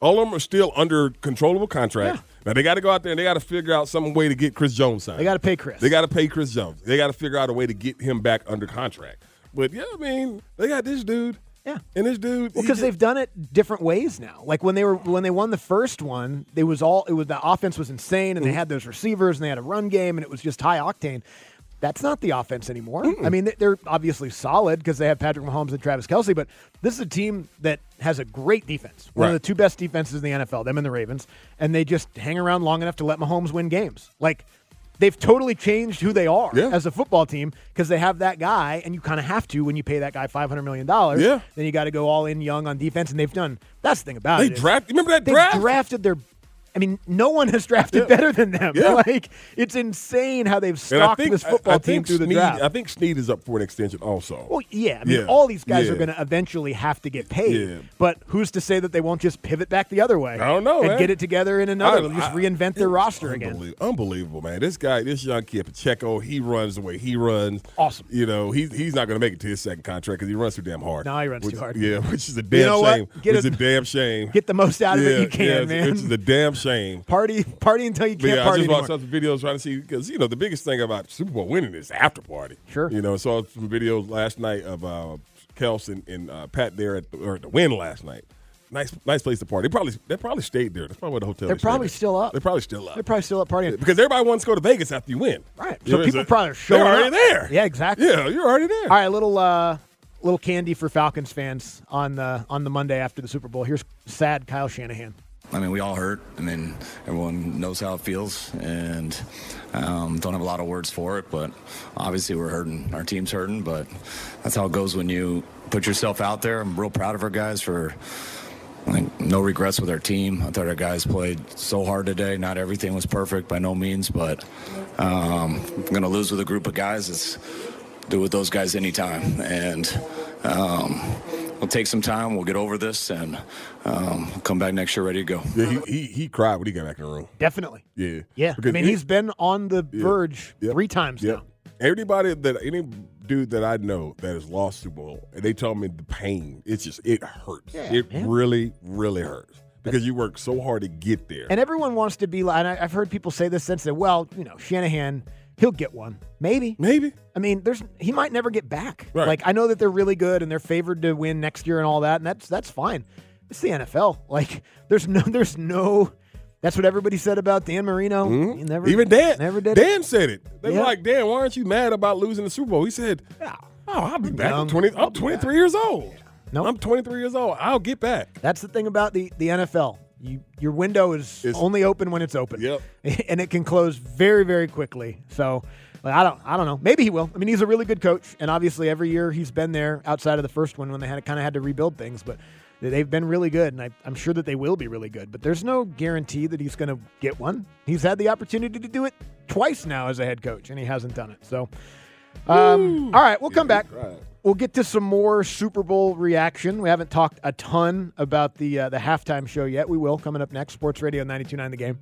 Speaker 5: All of them are still under controllable contract. Now they got to go out there and they got to figure out some way to get Chris Jones signed.
Speaker 4: They gotta pay Chris.
Speaker 5: They got to pay Chris Jones. They got to figure out a way to get him back under contract. But yeah, I mean, they got this dude.
Speaker 4: Yeah.
Speaker 5: And this dude. he
Speaker 4: Well, because
Speaker 5: just-
Speaker 4: they've done it different ways now. Like when they were when they won the first one, they was all it was the offense was insane, and they
Speaker 5: Mm-hmm.
Speaker 4: had those receivers, and they had a run game, and it was just high octane. That's not the offense anymore. I mean, they- they're obviously solid because they have Patrick Mahomes and Travis Kelsey, but this is a team that has a great defense,
Speaker 5: Right.
Speaker 4: one of the two best defenses in the NFL, them and the Ravens, and they just hang around long enough to let Mahomes win games. Like they've totally changed who they are
Speaker 5: Yeah.
Speaker 4: as a football team because they have that guy, and you kind of have to when you pay that guy five hundred million dollars.
Speaker 5: Yeah.
Speaker 4: Then you got to go all in young on defense, and they've done. That's the thing about
Speaker 5: They
Speaker 4: it. is
Speaker 5: drafted- remember that
Speaker 4: they
Speaker 5: draft?
Speaker 4: drafted their. I mean, no one has drafted better than them.
Speaker 5: Yeah.
Speaker 4: Like it's insane how they've stocked this football
Speaker 5: I
Speaker 4: team
Speaker 5: think
Speaker 4: through the
Speaker 5: Snead-
Speaker 4: draft.
Speaker 5: I think Snead is up for an extension also.
Speaker 4: well, yeah. I mean,
Speaker 5: Yeah.
Speaker 4: all these guys are
Speaker 5: Yeah.
Speaker 4: going to eventually have to get paid.
Speaker 5: Yeah.
Speaker 4: But who's to say that they won't just pivot back the other way?
Speaker 5: I don't know,
Speaker 4: And
Speaker 5: man.
Speaker 4: get it together in another.
Speaker 5: I-
Speaker 4: just
Speaker 5: I-
Speaker 4: reinvent their
Speaker 5: it's
Speaker 4: roster again.
Speaker 5: unbelie- Unbelievable, man. This guy, this young kid Pacheco, he runs the way he runs.
Speaker 4: Awesome.
Speaker 5: You know, he, he's not going to make it to his second contract because he runs too damn hard.
Speaker 4: No, he runs
Speaker 5: Which-
Speaker 4: too hard.
Speaker 5: Yeah, which is a damn
Speaker 4: know what?
Speaker 5: shame.
Speaker 4: Get
Speaker 5: which is
Speaker 4: a-
Speaker 5: a damn shame.
Speaker 4: Get the most out of it you can,
Speaker 5: yeah,
Speaker 4: man.
Speaker 5: Which is a damn shame.
Speaker 4: Party, party until you
Speaker 5: But
Speaker 4: can't
Speaker 5: yeah, I
Speaker 4: party
Speaker 5: just
Speaker 4: anymore.
Speaker 5: watched some videos trying to see because you know the biggest thing about Super Bowl winning is after party.
Speaker 4: Sure.
Speaker 5: You know, saw some videos last night of uh, Kels and, and uh, Pat there at the, or at the win last night. Nice, nice place to party. They probably they probably stayed there. That's probably where the hotel.
Speaker 4: They're
Speaker 5: stayed
Speaker 4: probably
Speaker 5: at.
Speaker 4: still up.
Speaker 5: They're probably still up.
Speaker 4: They're probably still up partying.
Speaker 5: because everybody wants to go to Vegas after you win.
Speaker 4: Right.
Speaker 5: You know
Speaker 4: So
Speaker 5: what I'm
Speaker 4: people
Speaker 5: saying?
Speaker 4: probably are showing
Speaker 5: They're already
Speaker 4: up.
Speaker 5: there.
Speaker 4: Yeah, exactly.
Speaker 5: Yeah, you're already there.
Speaker 4: All right, a little uh, little candy for Falcons fans on the on the Monday after the Super Bowl. Here's sad Kyle Shanahan.
Speaker 13: I mean, we all hurt. I mean, everyone knows how it feels and um, don't have a lot of words for it, but obviously we're hurting. Our team's hurting, but that's how it goes when you put yourself out there. I'm real proud of our guys for. Like, no regrets with our team. I thought our guys played so hard today. Not everything was perfect by no means, but um, I'm going to lose with a group of guys. It's do with those guys anytime. And um, we'll take some time. We'll get over this and um, come back next year ready to go.
Speaker 5: Yeah, he, he he cried when he got back in the room.
Speaker 4: Definitely.
Speaker 5: Yeah.
Speaker 4: Yeah.
Speaker 5: Because
Speaker 4: I mean,
Speaker 5: it-
Speaker 4: he's been on the verge
Speaker 5: Yep.
Speaker 4: three times
Speaker 5: Yep.
Speaker 4: now.
Speaker 5: Everybody that any dude that I know that has lost Super Bowl, and they tell me the pain. It's just it hurts.
Speaker 4: Yeah,
Speaker 5: it
Speaker 4: man.
Speaker 5: really, really hurts because you work so hard to get there.
Speaker 4: And everyone wants to be like, and I, I've heard people say this since then, well, you know, Shanahan, he'll get one. Maybe.
Speaker 5: Maybe
Speaker 4: I mean, there's he might never get back.
Speaker 5: Right.
Speaker 4: Like I know that they're really good and they're favored to win next year and all that, and that's that's fine. It's the NFL. Like there's no there's no that's what everybody said about Dan Marino. He never
Speaker 5: Mm-hmm. even Dan
Speaker 4: never did
Speaker 5: Dan said it. They
Speaker 4: Yeah.
Speaker 5: were like, Dan, why aren't you mad about losing the Super Bowl? He said,
Speaker 4: Yeah.
Speaker 5: Oh, I'll be back.
Speaker 4: Young.
Speaker 5: I'm twenty.
Speaker 4: I'll
Speaker 5: I'm
Speaker 4: be
Speaker 5: twenty three years old.
Speaker 4: Nope.
Speaker 5: I'm twenty three years old. I'll get back.
Speaker 4: That's the thing about the, the NFL. You, your window is only open when it's open. Yep. And it can close very, very quickly. So but I don't I don't know. Maybe he will. I mean, he's a really good coach, and obviously every year he's been there outside of the first one when they had kind of had to rebuild things, but they've been really good, and I, I'm sure that they will be really good. But there's no guarantee that he's going to get one. He's had the opportunity to do it twice now as a head coach, and he hasn't done it. So, um, all right, we'll come back. We'll get to some more Super Bowl reaction. We haven't talked a ton about the uh, the halftime show yet. We will coming up next. Sports Radio 92.9 The Game.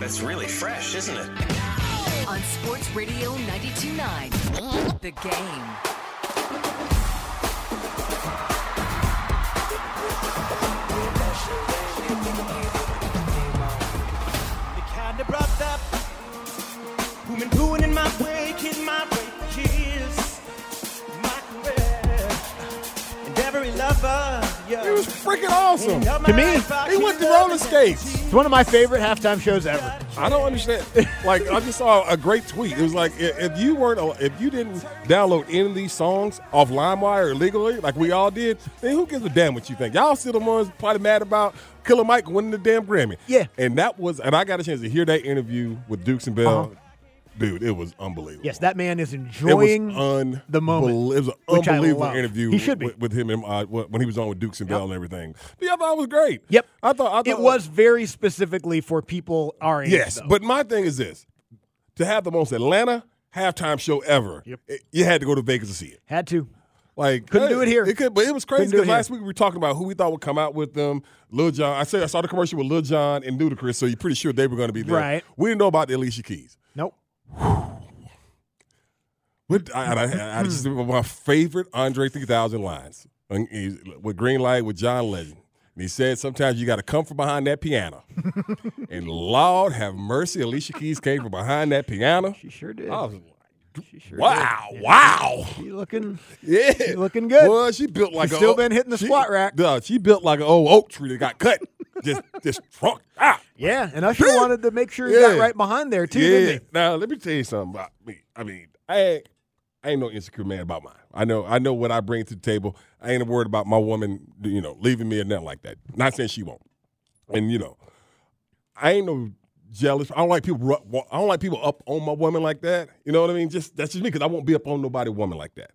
Speaker 10: That's really fresh, isn't it?
Speaker 11: On Sports Radio 92.9, The Game.
Speaker 14: The kind of brother who been doing in my way, in my way for years. My career. And every lover, yeah. He was
Speaker 5: freaking awesome.
Speaker 4: To me,
Speaker 5: He went to roller skates.
Speaker 4: it's one of my favorite halftime shows ever.
Speaker 5: I don't understand. Like I just saw a great tweet. It was like i- if you weren't, a- if you didn't download any of these songs off LimeWire illegally, like we all did, then who gives a damn what you think? Y'all still the ones probably mad about Killer Mike winning the damn Grammy.
Speaker 4: Yeah.
Speaker 5: And that was, and I got a chance to hear that interview with Dukes and Bell. Dude, it was unbelievable.
Speaker 4: Uh-huh. Yes, that man is enjoying
Speaker 5: it was un-
Speaker 4: the moment.
Speaker 5: It was an
Speaker 4: which I
Speaker 5: unbelievable
Speaker 4: love.
Speaker 5: interview.
Speaker 4: He should be.
Speaker 5: with, with him and, uh, when he was on with Dukes and Bell and everything.
Speaker 4: Yeah,
Speaker 5: I thought it was great.
Speaker 4: Yep.
Speaker 5: I thought, I thought
Speaker 4: it was very specifically for people our age.
Speaker 5: Yes,
Speaker 4: though.
Speaker 5: but my thing is this: to have the most Atlanta halftime show ever, it- you had to go to Vegas to see it.
Speaker 4: Had to.
Speaker 5: Like
Speaker 4: Couldn't
Speaker 5: hey,
Speaker 4: do it here.
Speaker 5: It could, but it was
Speaker 4: Couldn't
Speaker 5: crazy
Speaker 4: do it
Speaker 5: because
Speaker 4: here.
Speaker 5: last week we were talking about who we thought would come out with them. Lil Jon. I said I saw the commercial with Lil Jon and Ludacris, so you're pretty sure they were going to be there.
Speaker 4: Right.
Speaker 5: We didn't know about the Alicia Keys.
Speaker 4: Nope.
Speaker 5: What I, I,
Speaker 4: Mm-hmm.
Speaker 5: I, I just remember my favorite Andre 3000 lines And he- with Green Light with John Legend. And he said, "Sometimes you got to come from behind that piano." and Lord have mercy, Alicia Keys came from behind that piano. She
Speaker 4: sure did.
Speaker 5: I was like,
Speaker 4: sure
Speaker 5: wow,
Speaker 4: did. Yeah.
Speaker 5: wow.
Speaker 4: She looking,
Speaker 5: yeah,
Speaker 4: she looking good.
Speaker 5: Well, she built like
Speaker 4: She's
Speaker 5: a
Speaker 4: still
Speaker 5: oak-
Speaker 4: been hitting the
Speaker 5: she-
Speaker 4: squat rack.
Speaker 5: Duh, she built like an old oak tree that got cut, just just trunk out.
Speaker 4: Yeah, and Usher wanted to make sure he got
Speaker 5: Yeah.
Speaker 4: right behind there too,
Speaker 5: yeah.
Speaker 4: didn't
Speaker 5: Now let me tell you something about me. I mean, I ain't, I ain't no insecure man about mine. I know I know what I bring to the table. I ain't worried about my woman, you know, leaving me or nothing like that. Not saying she won't. And you know, I ain't no jealous. I don't like people. ru- I don't like people up on my woman like that. You know what I mean? Just that's just me because I won't be up on nobody woman like that.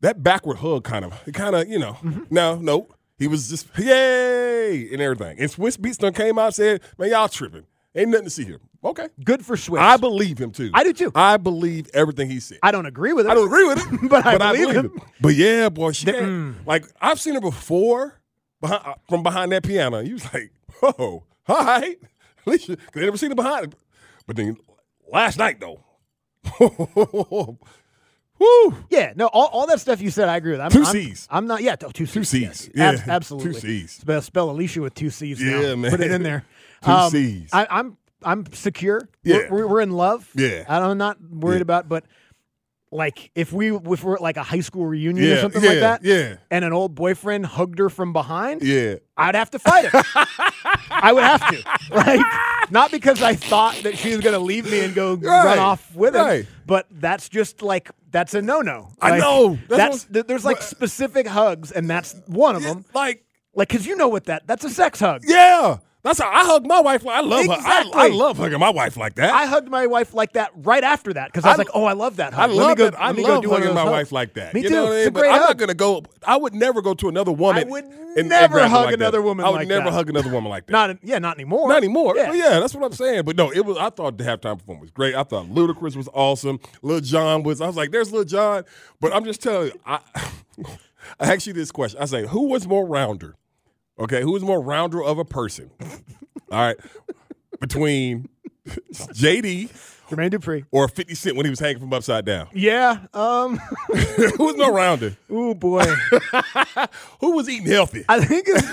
Speaker 5: That backward hug kind of, it kind of, you know. No, no, he was just yay and everything. And Swiss Beats done came out and said, "Man, y'all tripping. Ain't nothing to see here." Okay,
Speaker 4: good for Swiss.
Speaker 5: I believe him too. I
Speaker 4: do too.
Speaker 5: I believe everything he said.
Speaker 4: I don't agree with it.
Speaker 5: I don't agree with it,
Speaker 4: But I believe him. mm.
Speaker 5: it. But yeah, boy, she had- like I've seen her before behind, uh, from behind that piano. You was like, oh, all right, Alicia, 'cause I never seen her behind it. But then last night though, Woo.
Speaker 4: Yeah, no, all, all that stuff you said, I agree with. I'm,
Speaker 5: Two
Speaker 4: I'm-
Speaker 5: C's.
Speaker 4: I'm not, yeah, two C's. Two
Speaker 5: C's,
Speaker 4: Ab-
Speaker 5: yeah.
Speaker 4: absolutely.
Speaker 5: Two C's.
Speaker 4: Spell, spell Alicia with two C's now.
Speaker 5: Yeah, man.
Speaker 4: Put it in there. Um,
Speaker 5: Two C's.
Speaker 4: I, I'm, I'm secure.
Speaker 5: Yeah.
Speaker 4: We're, we're in love.
Speaker 5: Yeah.
Speaker 4: I don't- I'm not worried about, but like if we if we're at like a high school reunion or
Speaker 5: Yeah,
Speaker 4: something
Speaker 5: yeah,
Speaker 4: like that,
Speaker 5: yeah.
Speaker 4: and an old boyfriend hugged her from behind,
Speaker 5: yeah,
Speaker 4: I'd have to fight it. I would have to. Like, not because I thought that she was going to leave me and go
Speaker 5: Right,
Speaker 4: run off with him,
Speaker 5: right.
Speaker 4: but that's just like that's a no-no.
Speaker 5: I
Speaker 4: Like,
Speaker 5: know. That's
Speaker 4: That's,
Speaker 5: what-
Speaker 4: th- there's like specific hugs, and that's one of them.
Speaker 5: Like,
Speaker 4: like because you know what that that's a sex hug.
Speaker 5: yeah. That's how I hug my wife. I love her.
Speaker 4: Exactly.
Speaker 5: I- I, love hugging my wife like that.
Speaker 4: I hugged my wife like that right after that because I was like, oh, I love that
Speaker 5: I
Speaker 4: hug.
Speaker 5: love
Speaker 4: let me
Speaker 5: it.
Speaker 4: go,
Speaker 5: I
Speaker 4: let me go
Speaker 5: love
Speaker 4: do one of
Speaker 5: hugging my
Speaker 4: those
Speaker 5: wife
Speaker 4: hugs.
Speaker 5: like that.
Speaker 4: Me
Speaker 5: you
Speaker 4: too.
Speaker 5: Know what I
Speaker 4: It's a
Speaker 5: mean? But
Speaker 4: great
Speaker 5: I'm
Speaker 4: hug.
Speaker 5: not gonna go. I would never go to another woman.
Speaker 4: I would
Speaker 5: and- and
Speaker 4: never
Speaker 5: grab her
Speaker 4: hug
Speaker 5: like that.
Speaker 4: another woman
Speaker 5: I would
Speaker 4: like
Speaker 5: never
Speaker 4: that.
Speaker 5: hug another woman like that.
Speaker 4: Not yeah, not anymore.
Speaker 5: Not anymore.
Speaker 4: Yeah.
Speaker 5: Well, yeah, that's what I'm saying. But no, it was. I thought the halftime performance was great. I thought Ludacris was awesome. Lil John was. I was like, "There's Lil John." But I'm just telling you, I, I asked you this question. I say, who was more rounder? Okay, who was more rounder of a person? All right, between JD
Speaker 4: Jermaine Dupri
Speaker 5: or 50 Cent when he was hanging from upside down.
Speaker 4: Yeah. Um.
Speaker 5: who was more rounder?
Speaker 4: oh boy.
Speaker 5: Who was eating healthy?
Speaker 4: I think it's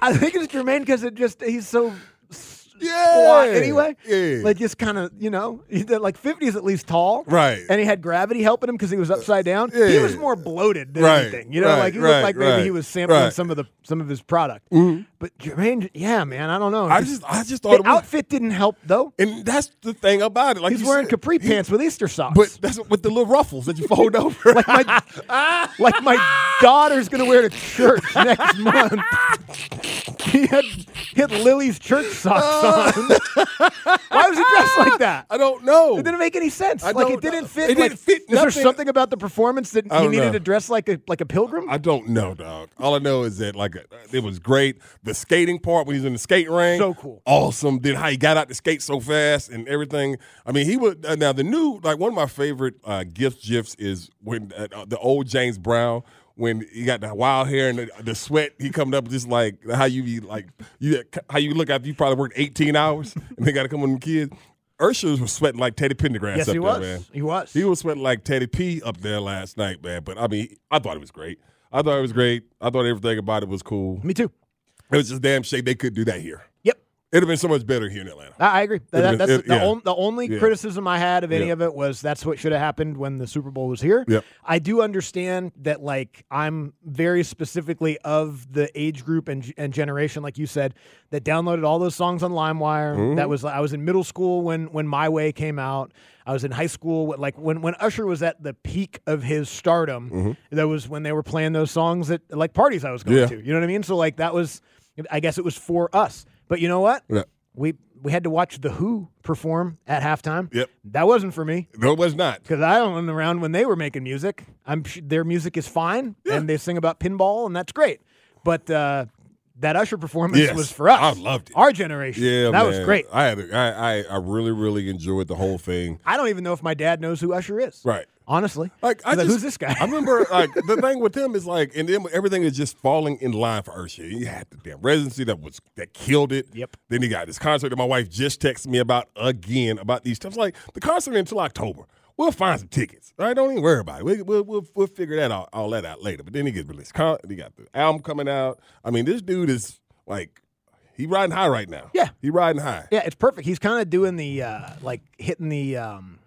Speaker 4: I think it's Jermaine because it just he's so s- squat anyway. Like just kind of, you know, he did, like 50s at least tall.
Speaker 5: Right. Uh,
Speaker 4: And he had gravity helping him because he was upside down. He was
Speaker 5: yeah.
Speaker 4: more bloated than
Speaker 5: Right,
Speaker 4: anything. You know,
Speaker 5: right,
Speaker 4: like he
Speaker 5: right,
Speaker 4: looked like maybe
Speaker 5: right,
Speaker 4: he was sampling
Speaker 5: right.
Speaker 4: some of the some of his product.
Speaker 5: Mhm.
Speaker 4: But Jermaine, yeah, man, I don't know.
Speaker 5: I
Speaker 4: His-
Speaker 5: just, I just
Speaker 4: the
Speaker 5: thought it was-
Speaker 4: outfit didn't help though.
Speaker 5: And that's the thing about it. Like
Speaker 4: he's
Speaker 5: you
Speaker 4: wearing
Speaker 5: said,
Speaker 4: capri
Speaker 5: he-
Speaker 4: pants with Easter socks.
Speaker 5: But that's with the little ruffles that you fold over.
Speaker 4: like my like my daughter's gonna wear to church next month. He had, he had Lily's church socks on. Why was he dressed like that?
Speaker 5: Uh. I don't know.
Speaker 4: It didn't make any sense.
Speaker 5: I
Speaker 4: like it
Speaker 5: don't know.
Speaker 4: didn't fit.
Speaker 5: It
Speaker 4: like,
Speaker 5: didn't fit
Speaker 4: Is there
Speaker 5: nothing.
Speaker 4: something about the performance that
Speaker 5: I
Speaker 4: he
Speaker 5: don't
Speaker 4: needed
Speaker 5: know.
Speaker 4: to dress like a like a pilgrim?
Speaker 5: I don't know, dog. All I know is that like uh, it was great. The skating part when he's in the skate ring,
Speaker 4: So cool.
Speaker 5: awesome. Then how he got out to skate so fast and everything. I mean, he would uh, now the new like one of my favorite uh, gift gifs is when uh, uh, the old James Brown. When he got the wild hair and the, the sweat, he coming up just like how you be like you how you look after you probably worked eighteen hours and they got to come with them kids. Ursula was sweating like Teddy Pendergrass
Speaker 4: Yes,
Speaker 5: up
Speaker 4: he
Speaker 5: there,
Speaker 4: was.
Speaker 5: man.
Speaker 4: He was.
Speaker 5: He was sweating like Teddy P up there last night, man. But I mean, I thought it was great. I thought it was great. I thought everything about it was cool.
Speaker 4: Me too.
Speaker 5: It was just damn shame they could do that here.
Speaker 4: Yep.
Speaker 5: It'd have been so much better here in Atlanta.
Speaker 4: I, I agree. That-
Speaker 5: It-
Speaker 4: that's
Speaker 5: it-
Speaker 4: the,
Speaker 5: yeah.
Speaker 4: on- the only
Speaker 5: Yeah.
Speaker 4: criticism I had of any
Speaker 5: Yeah.
Speaker 4: of it was that's what should have happened when the Super Bowl was here.
Speaker 5: Yep.
Speaker 4: I do understand that, like, I'm very specifically of the age group and and generation, like you said, that downloaded all those songs on LimeWire.
Speaker 5: Mhm.
Speaker 4: That was I was in middle school when when My Way came out. I was in high school, when- like when when Usher was at the peak of his stardom. That was when they were playing those songs at like parties I was going
Speaker 5: Mm-hmm. Yeah.
Speaker 4: to. You know what I mean? So like that was, I guess it was for us. But you know what?
Speaker 5: Yeah.
Speaker 4: We we had to watch the Who perform at halftime.
Speaker 5: Yep.
Speaker 4: That wasn't for me
Speaker 5: No, it was not.
Speaker 4: because I wasn't around when they were making music. I'm sh- their music is fine, and they sing about pinball, and that's great. But uh, that Usher performance
Speaker 5: Yes.
Speaker 4: was for us.
Speaker 5: I loved it.
Speaker 4: Our generation.
Speaker 5: Yeah,
Speaker 4: that was
Speaker 5: man.
Speaker 4: great.
Speaker 5: I had a, I, I I really really enjoyed the whole thing.
Speaker 4: I don't even know if my dad knows who Usher is.
Speaker 5: Right.
Speaker 4: Honestly,
Speaker 5: Like I
Speaker 4: He's like,
Speaker 5: just,
Speaker 4: who's this guy?
Speaker 5: I remember like the thing with him is like, and then everything is just falling in line for Ursha. He had the damn residency that was that killed it.
Speaker 4: Yep.
Speaker 5: Then he got this concert that my wife just texted me about again about these stuff. Like the concert until October. We'll find some tickets. All right, don't even worry about it. We, we'll, we'll we'll figure that out all that out later. But then he gets released. Con- he got the album coming out. I mean, this dude is like he riding high right now.
Speaker 4: Yeah.
Speaker 5: he riding high.
Speaker 4: Yeah, it's perfect. He's kind of doing the uh, like hitting the um,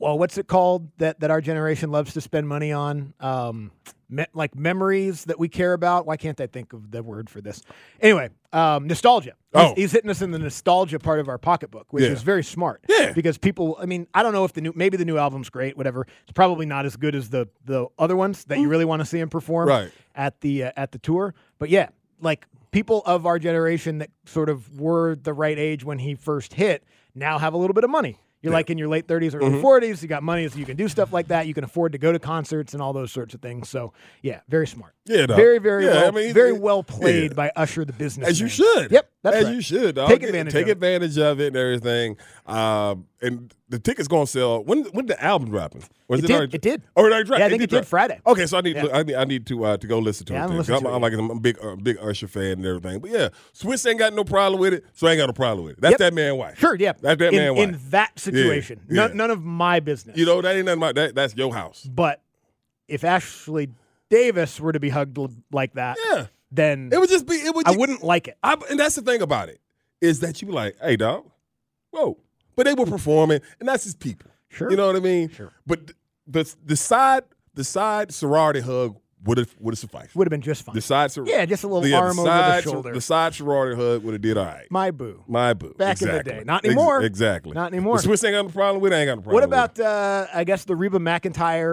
Speaker 4: well, what's it called that that our generation loves to spend money on? Um, me- like memories that we care about. Why can't I think of the word for this? Anyway, um, nostalgia. He's,
Speaker 5: Oh.
Speaker 4: he's hitting us in the nostalgia part of our pocketbook, which
Speaker 5: Yeah.
Speaker 4: is very smart.
Speaker 5: Yeah.
Speaker 4: Because people, I mean, I don't know if the new, maybe the new album's great, whatever. It's probably not as good as the the other ones that
Speaker 5: Mm.
Speaker 4: you really want to see him perform
Speaker 5: Right.
Speaker 4: at the uh, at the tour. But yeah, like people of our generation that sort of were the right age when he first hit now have a little bit of money. You're like in your late 30s or
Speaker 5: Mm-hmm.
Speaker 4: early 40s. You got money, so you can do stuff like that. You can afford to go to concerts and all those sorts of things. So yeah, very smart.
Speaker 5: Yeah, dog.
Speaker 4: very very
Speaker 5: Yeah,
Speaker 4: well,
Speaker 5: I mean,
Speaker 4: very
Speaker 5: it-
Speaker 4: well played
Speaker 5: yeah.
Speaker 4: by Usher the business.
Speaker 5: As you should.
Speaker 4: Yep, that's
Speaker 5: As
Speaker 4: right.
Speaker 5: you should. Dog.
Speaker 4: Take
Speaker 5: Get-
Speaker 4: advantage
Speaker 5: Take
Speaker 4: of it.
Speaker 5: advantage of it and everything. Um, and the ticket's gonna sell. When when did the album dropping? Or is
Speaker 4: It did.
Speaker 5: already-
Speaker 4: It did.
Speaker 5: Oh, it already dropped.
Speaker 4: Yeah, I think it did
Speaker 5: drop.
Speaker 4: Friday.
Speaker 5: Okay, so I need
Speaker 4: Yeah.
Speaker 5: to look- I need I need to uh, to go listen to
Speaker 4: Yeah, I
Speaker 5: it.
Speaker 4: haven't
Speaker 5: then, 'cause
Speaker 4: listened to
Speaker 5: I'm, I'm like I'm a big uh, big Usher fan and everything. But yeah, Swiss ain't got no problem with it, so I ain't got no problem with it. That's
Speaker 4: Yep.
Speaker 5: that man wife.
Speaker 4: Sure, yeah.
Speaker 5: That's that
Speaker 4: in,
Speaker 5: man wife.
Speaker 4: in that situation,
Speaker 5: Yeah,
Speaker 4: None,
Speaker 5: yeah.
Speaker 4: none of my business.
Speaker 5: you know that ain't nothing about that. That's your house.
Speaker 4: but if Ashley Davis were to be hugged l- like that,
Speaker 5: Yeah.
Speaker 4: then
Speaker 5: It would just be. It would.
Speaker 4: I wouldn't like it.
Speaker 5: I, and that's the thing about it is that you be like, hey, dog, whoa. But they were performing, and that's his people.
Speaker 4: Sure.
Speaker 5: You know what I mean?
Speaker 4: Sure.
Speaker 5: But th- the the side the side sorority hug would have would have sufficed.
Speaker 4: Would have been just fine.
Speaker 5: The side sorority,
Speaker 4: Yeah, just a little arm over the shoulder.
Speaker 5: The side sorority hug would have did all right.
Speaker 4: my boo.
Speaker 5: My boo.
Speaker 4: Back in the
Speaker 5: exactly.
Speaker 4: day. Not
Speaker 5: Ex-
Speaker 4: anymore.
Speaker 5: exactly.
Speaker 4: Not anymore.
Speaker 5: The Swiss ain't got no problem with. it, Ain't got no problem.
Speaker 4: What
Speaker 5: with it.
Speaker 4: about uh, I guess the Reba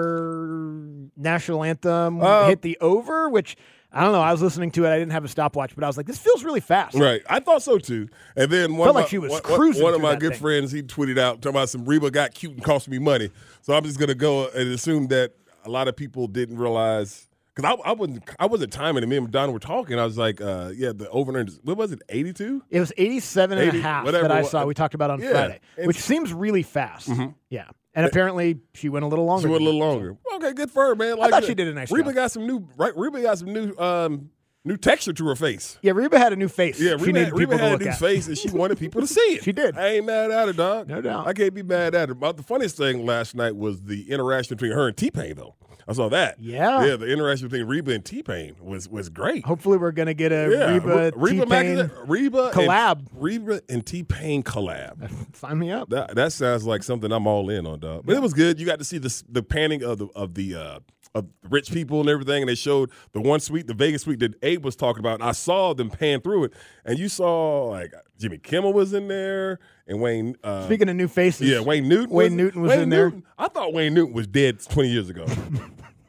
Speaker 4: McIntyre national anthem
Speaker 5: Uh,
Speaker 4: hit the over, which I don't know. I was listening to it. I didn't have a stopwatch, but I was like, this feels really fast.
Speaker 5: Right, I thought so too. And then one
Speaker 4: Felt
Speaker 5: of my,
Speaker 4: like she was
Speaker 5: one- one-
Speaker 4: cruising
Speaker 5: one of
Speaker 4: through
Speaker 5: my
Speaker 4: that
Speaker 5: good
Speaker 4: thing.
Speaker 5: friends, he tweeted out talking about some Reba got cute and cost me money. So I'm just gonna go and assume that a lot of people didn't realize because I, I wasn't I wasn't timing it. Me and Don were talking. I was like, uh, yeah, the over and under. What was it? 82.
Speaker 4: It was 87 and
Speaker 5: 80,
Speaker 4: a half
Speaker 5: whatever
Speaker 4: that I
Speaker 5: it wa-
Speaker 4: saw. We talked about on
Speaker 5: Yeah,
Speaker 4: Friday,
Speaker 5: it's- Mm-hmm.
Speaker 4: which seems really fast. Yeah. And apparently she went a little longer.
Speaker 5: She went a
Speaker 4: than
Speaker 5: little
Speaker 4: that.
Speaker 5: longer. Okay, good for her, man.
Speaker 4: thought
Speaker 5: that.
Speaker 4: she did a nice
Speaker 5: Reba
Speaker 4: job.
Speaker 5: got some new. Right, Reba got some new um, new texture to her face.
Speaker 4: Yeah, Reba had a new face.
Speaker 5: Yeah,
Speaker 4: she
Speaker 5: Reba,
Speaker 4: needed
Speaker 5: had, Reba
Speaker 4: people to
Speaker 5: had
Speaker 4: look
Speaker 5: a new
Speaker 4: at.
Speaker 5: face, and she wanted people to see it. she did. I ain't mad at her, dog. No doubt. I can't be mad at her. But the funniest thing last night was the interaction between her and T Pain, though. I saw that.
Speaker 4: Yeah.
Speaker 5: Yeah, the interaction between Reba and T Pain was was great.
Speaker 4: Hopefully, we're gonna get a
Speaker 5: yeah,
Speaker 4: Reba,
Speaker 5: Re- Reba,
Speaker 4: T-Pain
Speaker 5: McIntyre- Reba
Speaker 4: collab.
Speaker 5: And, Reba and T Pain collab.
Speaker 4: Sign me up.
Speaker 5: That, that sounds like something I'm all in on, dog. But it was good. You got to see the the panning of the of the uh, of the rich people and everything, and they showed the one suite, the Vegas suite that Abe was talking about. And I saw them pan through it, and you saw like Jimmy Kimmel was in there, and Wayne. Uh,
Speaker 4: Speaking of new faces,
Speaker 5: yeah, Wayne Newton.
Speaker 4: Wayne Newton was
Speaker 5: Wayne
Speaker 4: in there.
Speaker 5: Newton- I thought Wayne Newton was dead 20 years ago.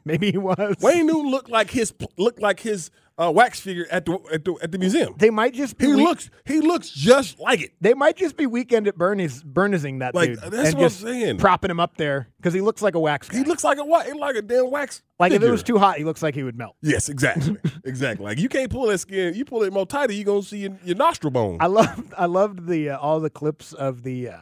Speaker 4: Maybe he was.
Speaker 5: Wayne Newton looked like his looked like his uh, wax figure at the at the at the museum.
Speaker 4: They might just be
Speaker 5: He
Speaker 4: weak-
Speaker 5: looks he looks just like it.
Speaker 4: They might just be weekend at Bernie's Bernizing that
Speaker 5: Like,
Speaker 4: dude.
Speaker 5: that's
Speaker 4: and
Speaker 5: what I'm
Speaker 4: just
Speaker 5: saying.
Speaker 4: Propping him up there because he looks like a wax. Guy.
Speaker 5: He looks like a what? Like a damn wax.
Speaker 4: Like if it
Speaker 5: figure.
Speaker 4: was too hot, he looks like he would melt.
Speaker 5: Yes, exactly. exactly. Like you can't pull that skin. You pull it more tighter, you're gonna see your, your nostril bone.
Speaker 4: I loved I loved the uh, all the clips of the uh,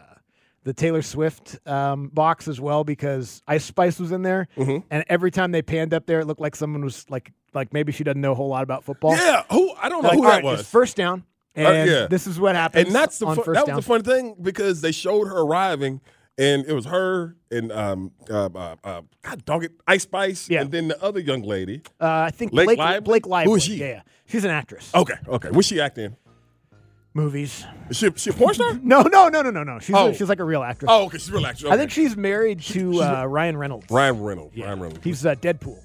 Speaker 4: the Taylor Swift um, box as well because Ice Spice was in there,
Speaker 5: Mm-hmm.
Speaker 4: and every time they panned up there, it looked like someone was like like maybe she doesn't know a whole lot about football.
Speaker 5: yeah, who I don't know
Speaker 4: Like,
Speaker 5: who
Speaker 4: all
Speaker 5: that
Speaker 4: right, it's
Speaker 5: was.
Speaker 4: First down, and
Speaker 5: Uh, yeah.
Speaker 4: this is what happens.
Speaker 5: and that's the
Speaker 4: on
Speaker 5: fun,
Speaker 4: first
Speaker 5: that
Speaker 4: down.
Speaker 5: was the funny thing because they showed her arriving and it was her and um uh, uh, uh God dog it Ice Spice and then the other young lady.
Speaker 4: Uh, I think
Speaker 5: Blake
Speaker 4: Blake
Speaker 5: Lively?
Speaker 4: Blake Lively.
Speaker 5: Who is Oh. she?
Speaker 4: Yeah, yeah. she's an actress.
Speaker 5: Okay, okay. What's she acting?
Speaker 4: Movies.
Speaker 5: Is she, she a porn star?
Speaker 4: No, no, no, no, no, no. She's
Speaker 5: Oh.
Speaker 4: she's like a real actress.
Speaker 5: Oh, okay, she's a real actress.
Speaker 4: I think she's married to uh, Ryan Reynolds.
Speaker 5: Ryan Reynolds. Ryan Reynolds.
Speaker 4: He's uh, Deadpool.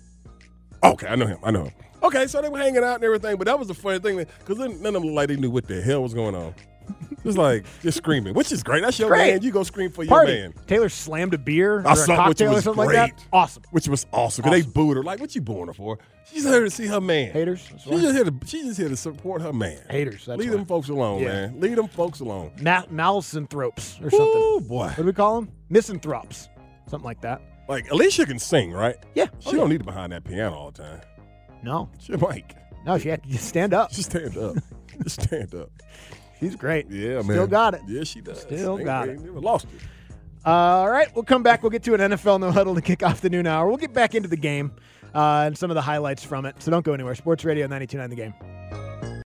Speaker 5: Okay, I know him. I know him. Okay, so they were hanging out and everything, but that was the funny thing because none of them like they knew what the hell was going on. Just like just screaming, which is great. That's your
Speaker 4: Great.
Speaker 5: man. You go scream for
Speaker 4: Party.
Speaker 5: your man.
Speaker 4: Taylor slammed a beer
Speaker 5: I
Speaker 4: or a
Speaker 5: saw which
Speaker 4: cocktail or
Speaker 5: was
Speaker 4: something like that.
Speaker 5: great.
Speaker 4: Awesome.
Speaker 5: Which was awesome. 'cause They booed her. Like, what you booing her for? She's here to see her man.
Speaker 4: Haters. that's
Speaker 5: She
Speaker 4: right.
Speaker 5: just here to she just here to support her man.
Speaker 4: Haters. That's
Speaker 5: Leave
Speaker 4: why.
Speaker 5: them folks alone,
Speaker 4: Yeah.
Speaker 5: man. Leave them folks alone.
Speaker 4: Ma- malsanthropes or something.
Speaker 5: Ooh, boy.
Speaker 4: What do we call them? Misanthropes. Something like that.
Speaker 5: Like Alicia can sing, right?
Speaker 4: Oh, Yeah.
Speaker 5: She don't need to behind that piano all the time.
Speaker 4: No.
Speaker 5: She might.
Speaker 4: No, she had to just stand up.
Speaker 5: Just stand up. just stand up.
Speaker 4: She's great.
Speaker 5: Yeah, man.
Speaker 4: Still got it.
Speaker 5: Yeah, she does.
Speaker 4: Still
Speaker 5: Ain't-
Speaker 4: got
Speaker 5: ain't
Speaker 4: it.
Speaker 5: Never lost it.
Speaker 4: all right, we'll come back. We'll get to an NFL no huddle to kick off the noon hour. We'll get back into the game uh, and some of the highlights from it. So don't go anywhere. Sports Radio 929 The Game.